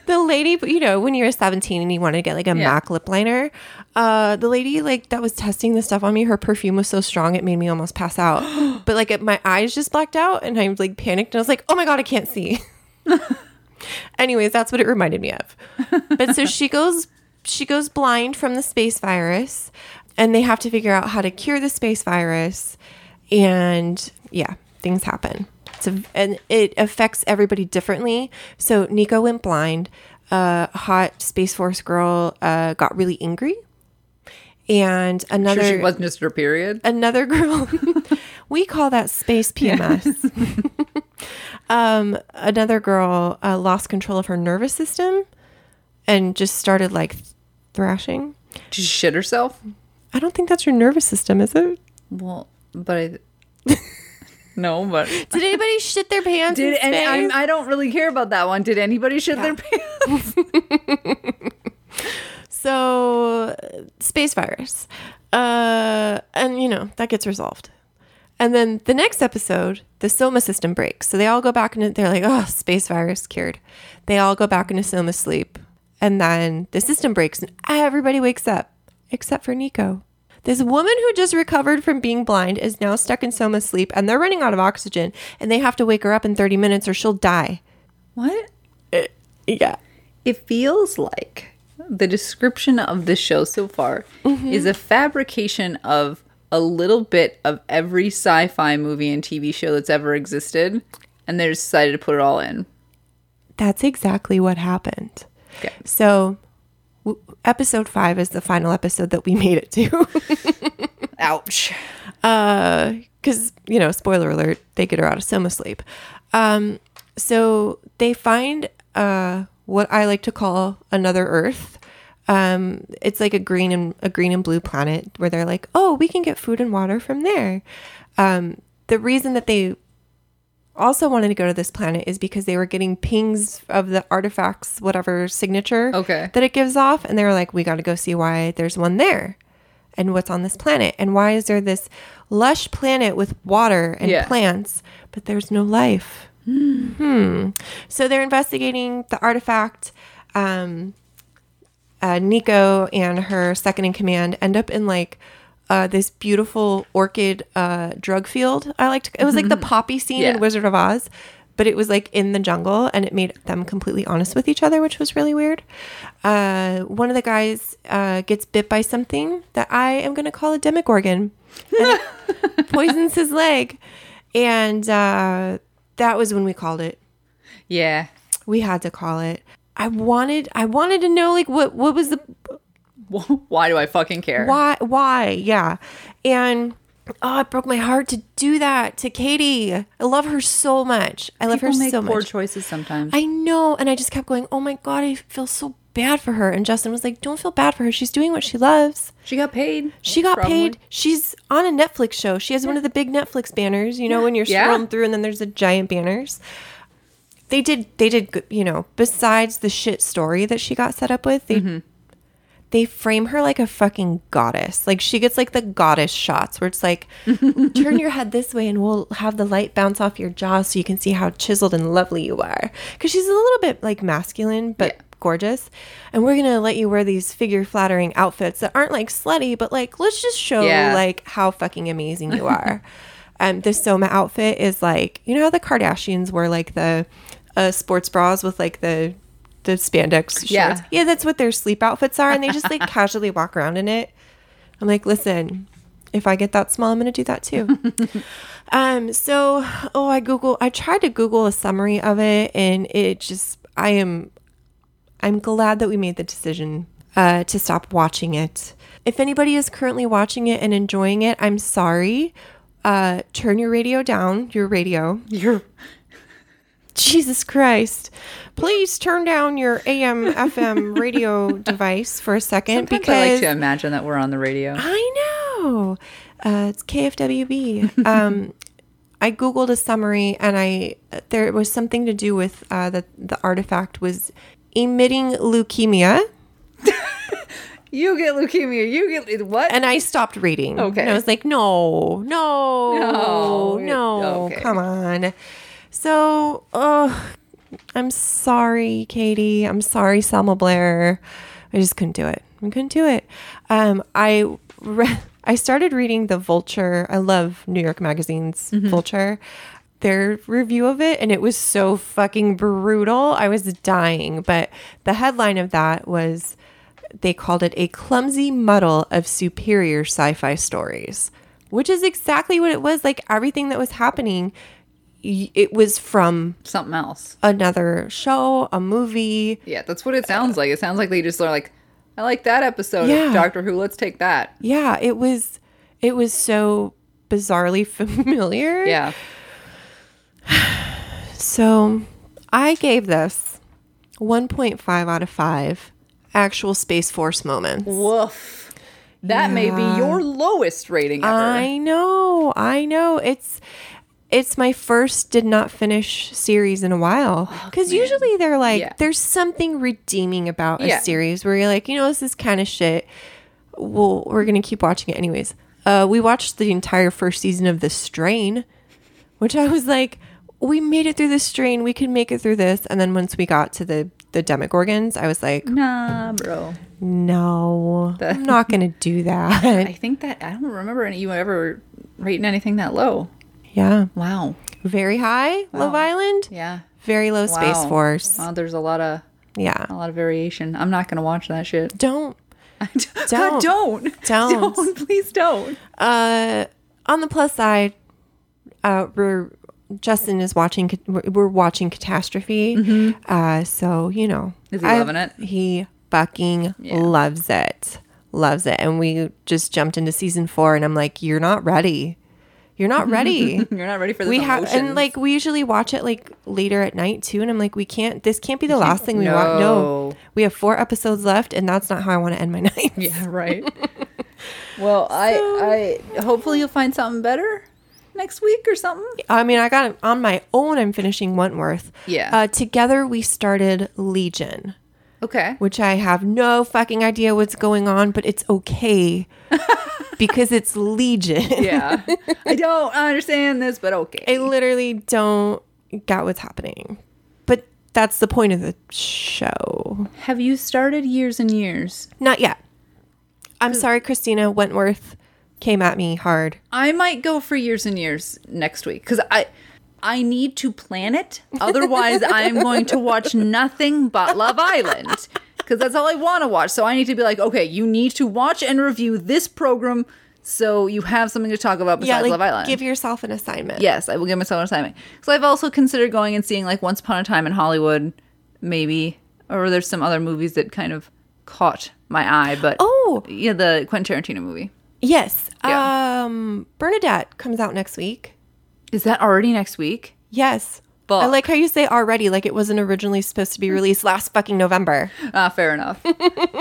Speaker 3: the lady, you know, when you were 17 and you wanted to get like a MAC lip liner, uh, the lady like that was testing the stuff on me, her perfume was so strong it made me almost pass out. but like it, my eyes just blacked out and I like panicked and I was like, oh my God, I can't see. Anyways, that's what it reminded me of. But so she goes she goes blind from the space virus and they have to figure out how to cure the space virus and yeah, things happen. So and it affects everybody differently. So Nico went blind. Uh, hot Space Force girl uh, got really angry. And another
Speaker 2: Sure, she wasn't just her period.
Speaker 3: another girl we call that space pms um, another girl uh, lost control of her nervous system and just started like thrashing
Speaker 2: Did she shit herself?
Speaker 3: i don't think that's your nervous system is it
Speaker 2: Well, but I. no, but
Speaker 3: did anybody shit their pants
Speaker 2: did
Speaker 3: in
Speaker 2: and
Speaker 3: space?
Speaker 2: I'm, I don't really care about that one. Did anybody shit their pants?
Speaker 3: so space virus uh and you know that gets resolved and then the next episode the soma system breaks so they all go back into they're like oh space virus cured they all go back into soma sleep and then the system breaks and everybody wakes up except for nico this woman who just recovered from being blind is now stuck in soma sleep and they're running out of oxygen and they have to wake her up in 30 minutes or she'll die
Speaker 2: What?
Speaker 3: yeah
Speaker 2: It feels like the description of this show so far
Speaker 3: Mm-hmm.
Speaker 2: is a fabrication of a little bit of every sci fi movie and TV show that's ever existed, and they just decided to put it all in.
Speaker 3: That's exactly what happened.
Speaker 2: Okay.
Speaker 3: So, w- episode five is the final episode that we made it to.
Speaker 2: Ouch.
Speaker 3: Because, you know, spoiler alert, they get her out of soma sleep. Um, so, they find uh, what I like to call another Earth. Um, it's like a green and a green and blue planet where they're like, oh, we can get food and water from there. Um, the reason that they also wanted to go to this planet is because they were getting pings of the artifacts, whatever signature
Speaker 2: Okay.
Speaker 3: that it gives off. And they were like, we got to go see why there's one there and what's on this planet. And why is there this lush planet with water and
Speaker 2: Yeah.
Speaker 3: plants, but there's no life? Hmm. So they're investigating the artifact. Um, uh, Nico and her second in command end up in like uh, this beautiful orchid uh, drug field. I liked it was like the poppy scene
Speaker 2: Yeah.
Speaker 3: in Wizard of Oz, but it was like in the jungle and it made them completely honest with each other, which was really weird. Uh, one of the guys uh, gets bit by something that I am going to call a demogorgon and it poisons his leg. And uh, that was when we called it
Speaker 2: Yeah.
Speaker 3: we had to call it i wanted i wanted to know like what what was the
Speaker 2: Why do I fucking care?
Speaker 3: why why yeah and oh it broke my heart to do that to katie i love her so much i love
Speaker 2: People
Speaker 3: her
Speaker 2: make
Speaker 3: so
Speaker 2: poor
Speaker 3: much
Speaker 2: choices sometimes.
Speaker 3: i know and i just kept going oh my god i feel so bad for her and justin was like don't feel bad for her she's doing what she loves
Speaker 2: she got paid.
Speaker 3: she got
Speaker 2: Probably.
Speaker 3: paid she's on a netflix show she has one of the big netflix banners you know when you're
Speaker 2: Yeah.
Speaker 3: scrolling through and then there's the giant banners they did they did good- you know besides the shit story that she got set up with they
Speaker 2: Mm-hmm.
Speaker 3: they frame her like a fucking goddess like she gets like the goddess shots where it's like turn your head this way and we'll have the light bounce off your jaw so you can see how chiseled and lovely you are because she's a little bit like masculine but
Speaker 2: Yeah.
Speaker 3: gorgeous and we're gonna let you wear these figure flattering outfits that aren't like slutty but like let's just show
Speaker 2: Yeah.
Speaker 3: like how fucking amazing you are um this soma outfit is like you know how the kardashians wore like the uh, sports bras with like the the spandex shorts
Speaker 2: Yeah.
Speaker 3: yeah that's what their sleep outfits are and they just like casually walk around in it i'm like listen if i get that small i'm gonna do that too um so oh i google i tried to google a summary of it and it just i am i'm glad that we made the decision uh to stop watching it if anybody is currently watching it and enjoying it i'm sorry uh turn your radio down your radio
Speaker 2: You're
Speaker 3: Jesus Christ. Please turn down your AM FM radio device for a second
Speaker 2: Sometimes
Speaker 3: because
Speaker 2: I like to imagine that we're on the radio.
Speaker 3: I know. Uh, it's KFWB. um, I googled a summary, and I there was something to do with uh, that the artifact was emitting leukemia.
Speaker 2: You get leukemia. You get what?
Speaker 3: And I stopped reading.
Speaker 2: Okay.
Speaker 3: And I was like, no, no,
Speaker 2: No,
Speaker 3: no,
Speaker 2: it- okay.
Speaker 3: come on. So, oh, I'm sorry, Katie. I'm sorry, Selma Blair. I just couldn't do it. I couldn't do it. Um, I re- I started reading the Vulture. I love New York Magazine's Vulture. Their review of it, and it was so fucking brutal. I was dying. But the headline of that was they called it a clumsy muddle of superior sci fi stories, which is exactly what it was. Like everything that was happening, y- it was from
Speaker 2: Something else.
Speaker 3: another show, a movie.
Speaker 2: Yeah, that's what it sounds like. It sounds like they just are like, I like that episode of
Speaker 3: Yeah.
Speaker 2: Doctor Who. Let's take that.
Speaker 3: Yeah, it was it was so bizarrely familiar.
Speaker 2: Yeah.
Speaker 3: So I gave this 1.5 out of 5 actual Space Force moments.
Speaker 2: Woof. That may be your lowest rating ever.
Speaker 3: I know. I know. It's it's my first did not finish series in a while because usually they're like
Speaker 2: Oh, Yeah.
Speaker 3: there's something redeeming about
Speaker 2: Yeah.
Speaker 3: a series where you're like you know this is kind of shit well we're gonna keep watching it anyways uh, we watched the entire first season of the strain which i was like we made it through the strain we can make it through this and then once we got to the the demogorgons i was like
Speaker 2: nah, bro.
Speaker 3: no i'm not gonna do
Speaker 2: I
Speaker 3: that
Speaker 2: think that I don't remember any you ever rating anything that low.
Speaker 3: yeah
Speaker 2: Wow.
Speaker 3: very high love island
Speaker 2: Yeah.
Speaker 3: very low space
Speaker 2: Wow.
Speaker 3: force
Speaker 2: Wow, there's a lot of
Speaker 3: yeah
Speaker 2: a lot of variation. I'm not gonna watch that shit.
Speaker 3: don't
Speaker 2: God,
Speaker 3: Don't.
Speaker 2: don't.
Speaker 3: Don't.
Speaker 2: Don't. Please don't.
Speaker 3: uh on the plus side uh we're justin is watching we're we're watching catastrophe uh so you know
Speaker 2: Mm-hmm. Is he loving it?
Speaker 3: he fucking loves it loves it and we just jumped into season four and i'm like you're not ready you're not ready
Speaker 2: You're not ready for this.
Speaker 3: we have
Speaker 2: emotions.
Speaker 3: and like we usually watch it like later at night too and i'm like we can't this can't be the last thing we watch no
Speaker 2: No.
Speaker 3: we have four episodes left and that's not how i want to end my night
Speaker 2: Yeah, right. well, I I hopefully you'll find something better next week or something.
Speaker 3: I mean, I got on my own. I'm finishing Wentworth.
Speaker 2: Yeah.
Speaker 3: Uh, together we started Legion,
Speaker 2: Okay.
Speaker 3: which I have no fucking idea what's going on, but it's okay because it's Legion.
Speaker 2: Yeah. I don't understand this, but okay.
Speaker 3: I literally don't get what's happening, but that's the point of the show.
Speaker 2: Have you started years and years?
Speaker 3: Not yet. I'm
Speaker 2: Hmm.
Speaker 3: sorry, Christina Wentworth came at me hard.
Speaker 2: I might go for years and years next week cuz I I need to plan it. Otherwise, I am going to watch nothing but Love Island cuz that's all I want to watch. So I need to be like, okay, you need to watch and review this program so you have something to talk about besides Love Island.
Speaker 3: give yourself an assignment.
Speaker 2: Yes, I will give myself an assignment. So I've also considered going and seeing like Once Upon a Time in Hollywood, maybe, or there's some other movies that kind of caught my eye. But
Speaker 3: Oh.
Speaker 2: yeah, the Quentin Tarantino movie
Speaker 3: Yes.
Speaker 2: Yeah.
Speaker 3: Um, Bernadette comes out next week.
Speaker 2: is that already next week?
Speaker 3: Yes.
Speaker 2: Fuck.
Speaker 3: I like how you say already, like it wasn't originally supposed to be released last fucking November.
Speaker 2: Ah, fair enough.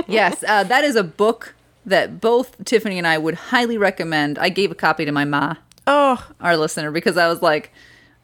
Speaker 2: yes, uh, that is a book that both Tiffany and I would highly recommend. I gave a copy to my ma,
Speaker 3: Oh,
Speaker 2: our listener, because I was like.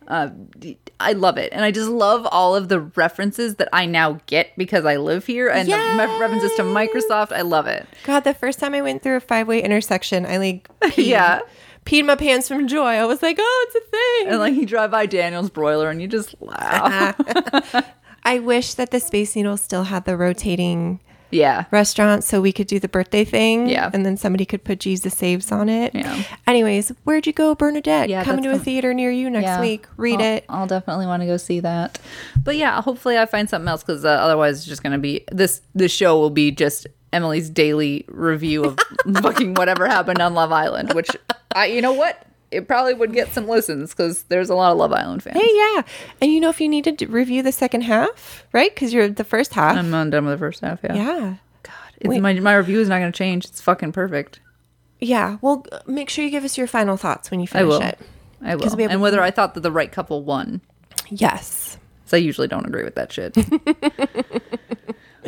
Speaker 2: Uh, d- I love it, and I just love all of the references that I now get because I live here, and the me- references to Microsoft. I love it.
Speaker 3: God, the first time I went through a five way intersection, I like, peed,
Speaker 2: Yeah.
Speaker 3: peed my pants from joy. I was like, oh, it's a thing.
Speaker 2: And like you drive by Daniel's broiler and you just
Speaker 3: Uh-huh.
Speaker 2: laugh.
Speaker 3: I wish that the Space Needle still had the rotating
Speaker 2: yeah.
Speaker 3: restaurant so we could do the birthday thing.
Speaker 2: Yeah.
Speaker 3: And then somebody could put Jesus Saves on it.
Speaker 2: Yeah.
Speaker 3: Anyways, where'd you go, Bernadette?
Speaker 2: Yeah,
Speaker 3: Coming to
Speaker 2: that's
Speaker 3: a
Speaker 2: the-
Speaker 3: theater near you next
Speaker 2: Yeah.
Speaker 3: week. Read
Speaker 2: I'll-
Speaker 3: it.
Speaker 2: I'll definitely want to go see that. But yeah, hopefully I find something else because uh, otherwise it's just gonna be this. This show will be just Emily's daily review of fucking whatever happened on Love Island. Which I, you know what, it probably would get some listens because there's a lot of Love Island fans.
Speaker 3: Hey, yeah. And you know, if you need to d- review the second half, right? Because you're the first half.
Speaker 2: I'm not done with the first half. Yeah.
Speaker 3: yeah.
Speaker 2: It's, my my review is not gonna change. It's fucking perfect.
Speaker 3: Yeah. Well, g- make sure you give us your final thoughts when you
Speaker 2: I
Speaker 3: finish
Speaker 2: will.
Speaker 3: it.
Speaker 2: I will.
Speaker 3: 'Cause Oh, we have-
Speaker 2: And whether I thought that the right couple won.
Speaker 3: Yes.
Speaker 2: So I usually don't agree with that shit.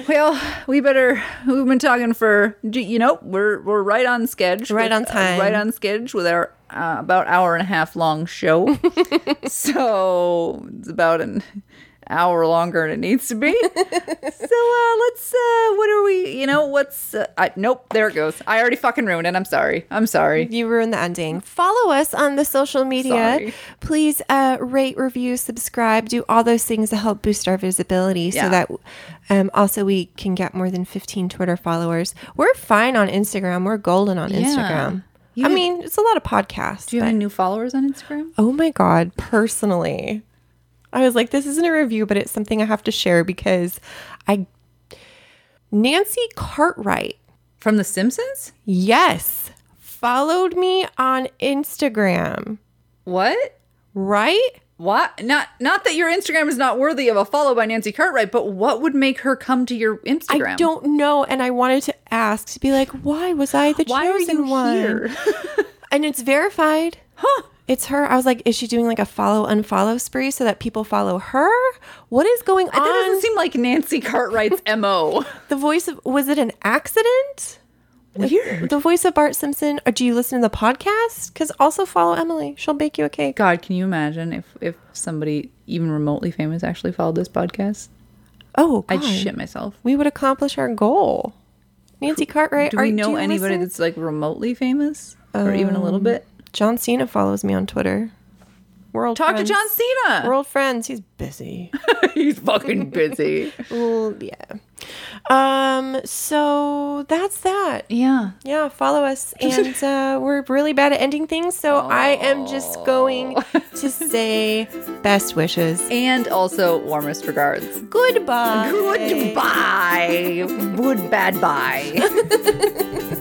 Speaker 2: well, we better. We've been talking for do- you know we're we're right on schedule, Uh,
Speaker 3: Right on time.
Speaker 2: right on schedule with our uh, about hour and a half long show. so it's about an hour longer than it needs to be. so uh, let's. Uh, what are we? You know what's? Uh, I, nope. There it goes. I already fucking ruined it. I'm sorry. I'm sorry.
Speaker 3: You ruined the ending. Follow us on the social media.
Speaker 2: Sorry.
Speaker 3: Please uh, rate, review, subscribe, do all those things to help boost our visibility
Speaker 2: Yeah.
Speaker 3: so that um, also we can get more than 15 Twitter followers. We're fine on Instagram. We're golden on Instagram.
Speaker 2: You
Speaker 3: I
Speaker 2: have-
Speaker 3: mean, it's a lot of podcasts.
Speaker 2: Do you have
Speaker 3: but-
Speaker 2: any new followers on Instagram?
Speaker 3: oh my God, personally. I was like, this isn't a review, but it's something I have to share because I. Nancy Cartwright
Speaker 2: From The Simpsons?
Speaker 3: Yes. Followed me on Instagram,
Speaker 2: What?
Speaker 3: right?
Speaker 2: What? Not not that your Instagram is not worthy of a follow by Nancy Cartwright, but what would make her come to your Instagram?
Speaker 3: I don't know. And I wanted to ask to be like, why was I the
Speaker 2: Why are
Speaker 3: chosen
Speaker 2: you
Speaker 3: one?
Speaker 2: here?
Speaker 3: And it's verified. Huh. It's her. I was like, is she doing like a follow unfollow spree so that people follow her? What is going
Speaker 2: That
Speaker 3: on?
Speaker 2: doesn't seem like Nancy Cartwright's mo.
Speaker 3: the voice of was it an accident?
Speaker 2: Weird.
Speaker 3: The voice of Bart Simpson. Or do you listen to the podcast? Because also follow Emily. She'll bake you a cake.
Speaker 2: God, can you imagine if if somebody even remotely famous actually followed this podcast?
Speaker 3: Oh, God.
Speaker 2: I'd shit myself.
Speaker 3: we would accomplish our goal. Nancy Cartwright.
Speaker 2: Do we
Speaker 3: are-
Speaker 2: know
Speaker 3: you
Speaker 2: anybody
Speaker 3: listen? Um.
Speaker 2: that's like remotely famous or even a little bit?
Speaker 3: John Cena follows me on Twitter. World
Speaker 2: Talk
Speaker 3: friends.
Speaker 2: to John Cena.
Speaker 3: World friends. He's busy.
Speaker 2: He's fucking busy.
Speaker 3: Well, yeah. Um. So that's that.
Speaker 2: yeah.
Speaker 3: Yeah. Follow us, and uh, we're really bad at ending things. So I am just going to say best wishes.
Speaker 2: And also warmest regards.
Speaker 3: Goodbye.
Speaker 2: Goodbye. Good bad bye.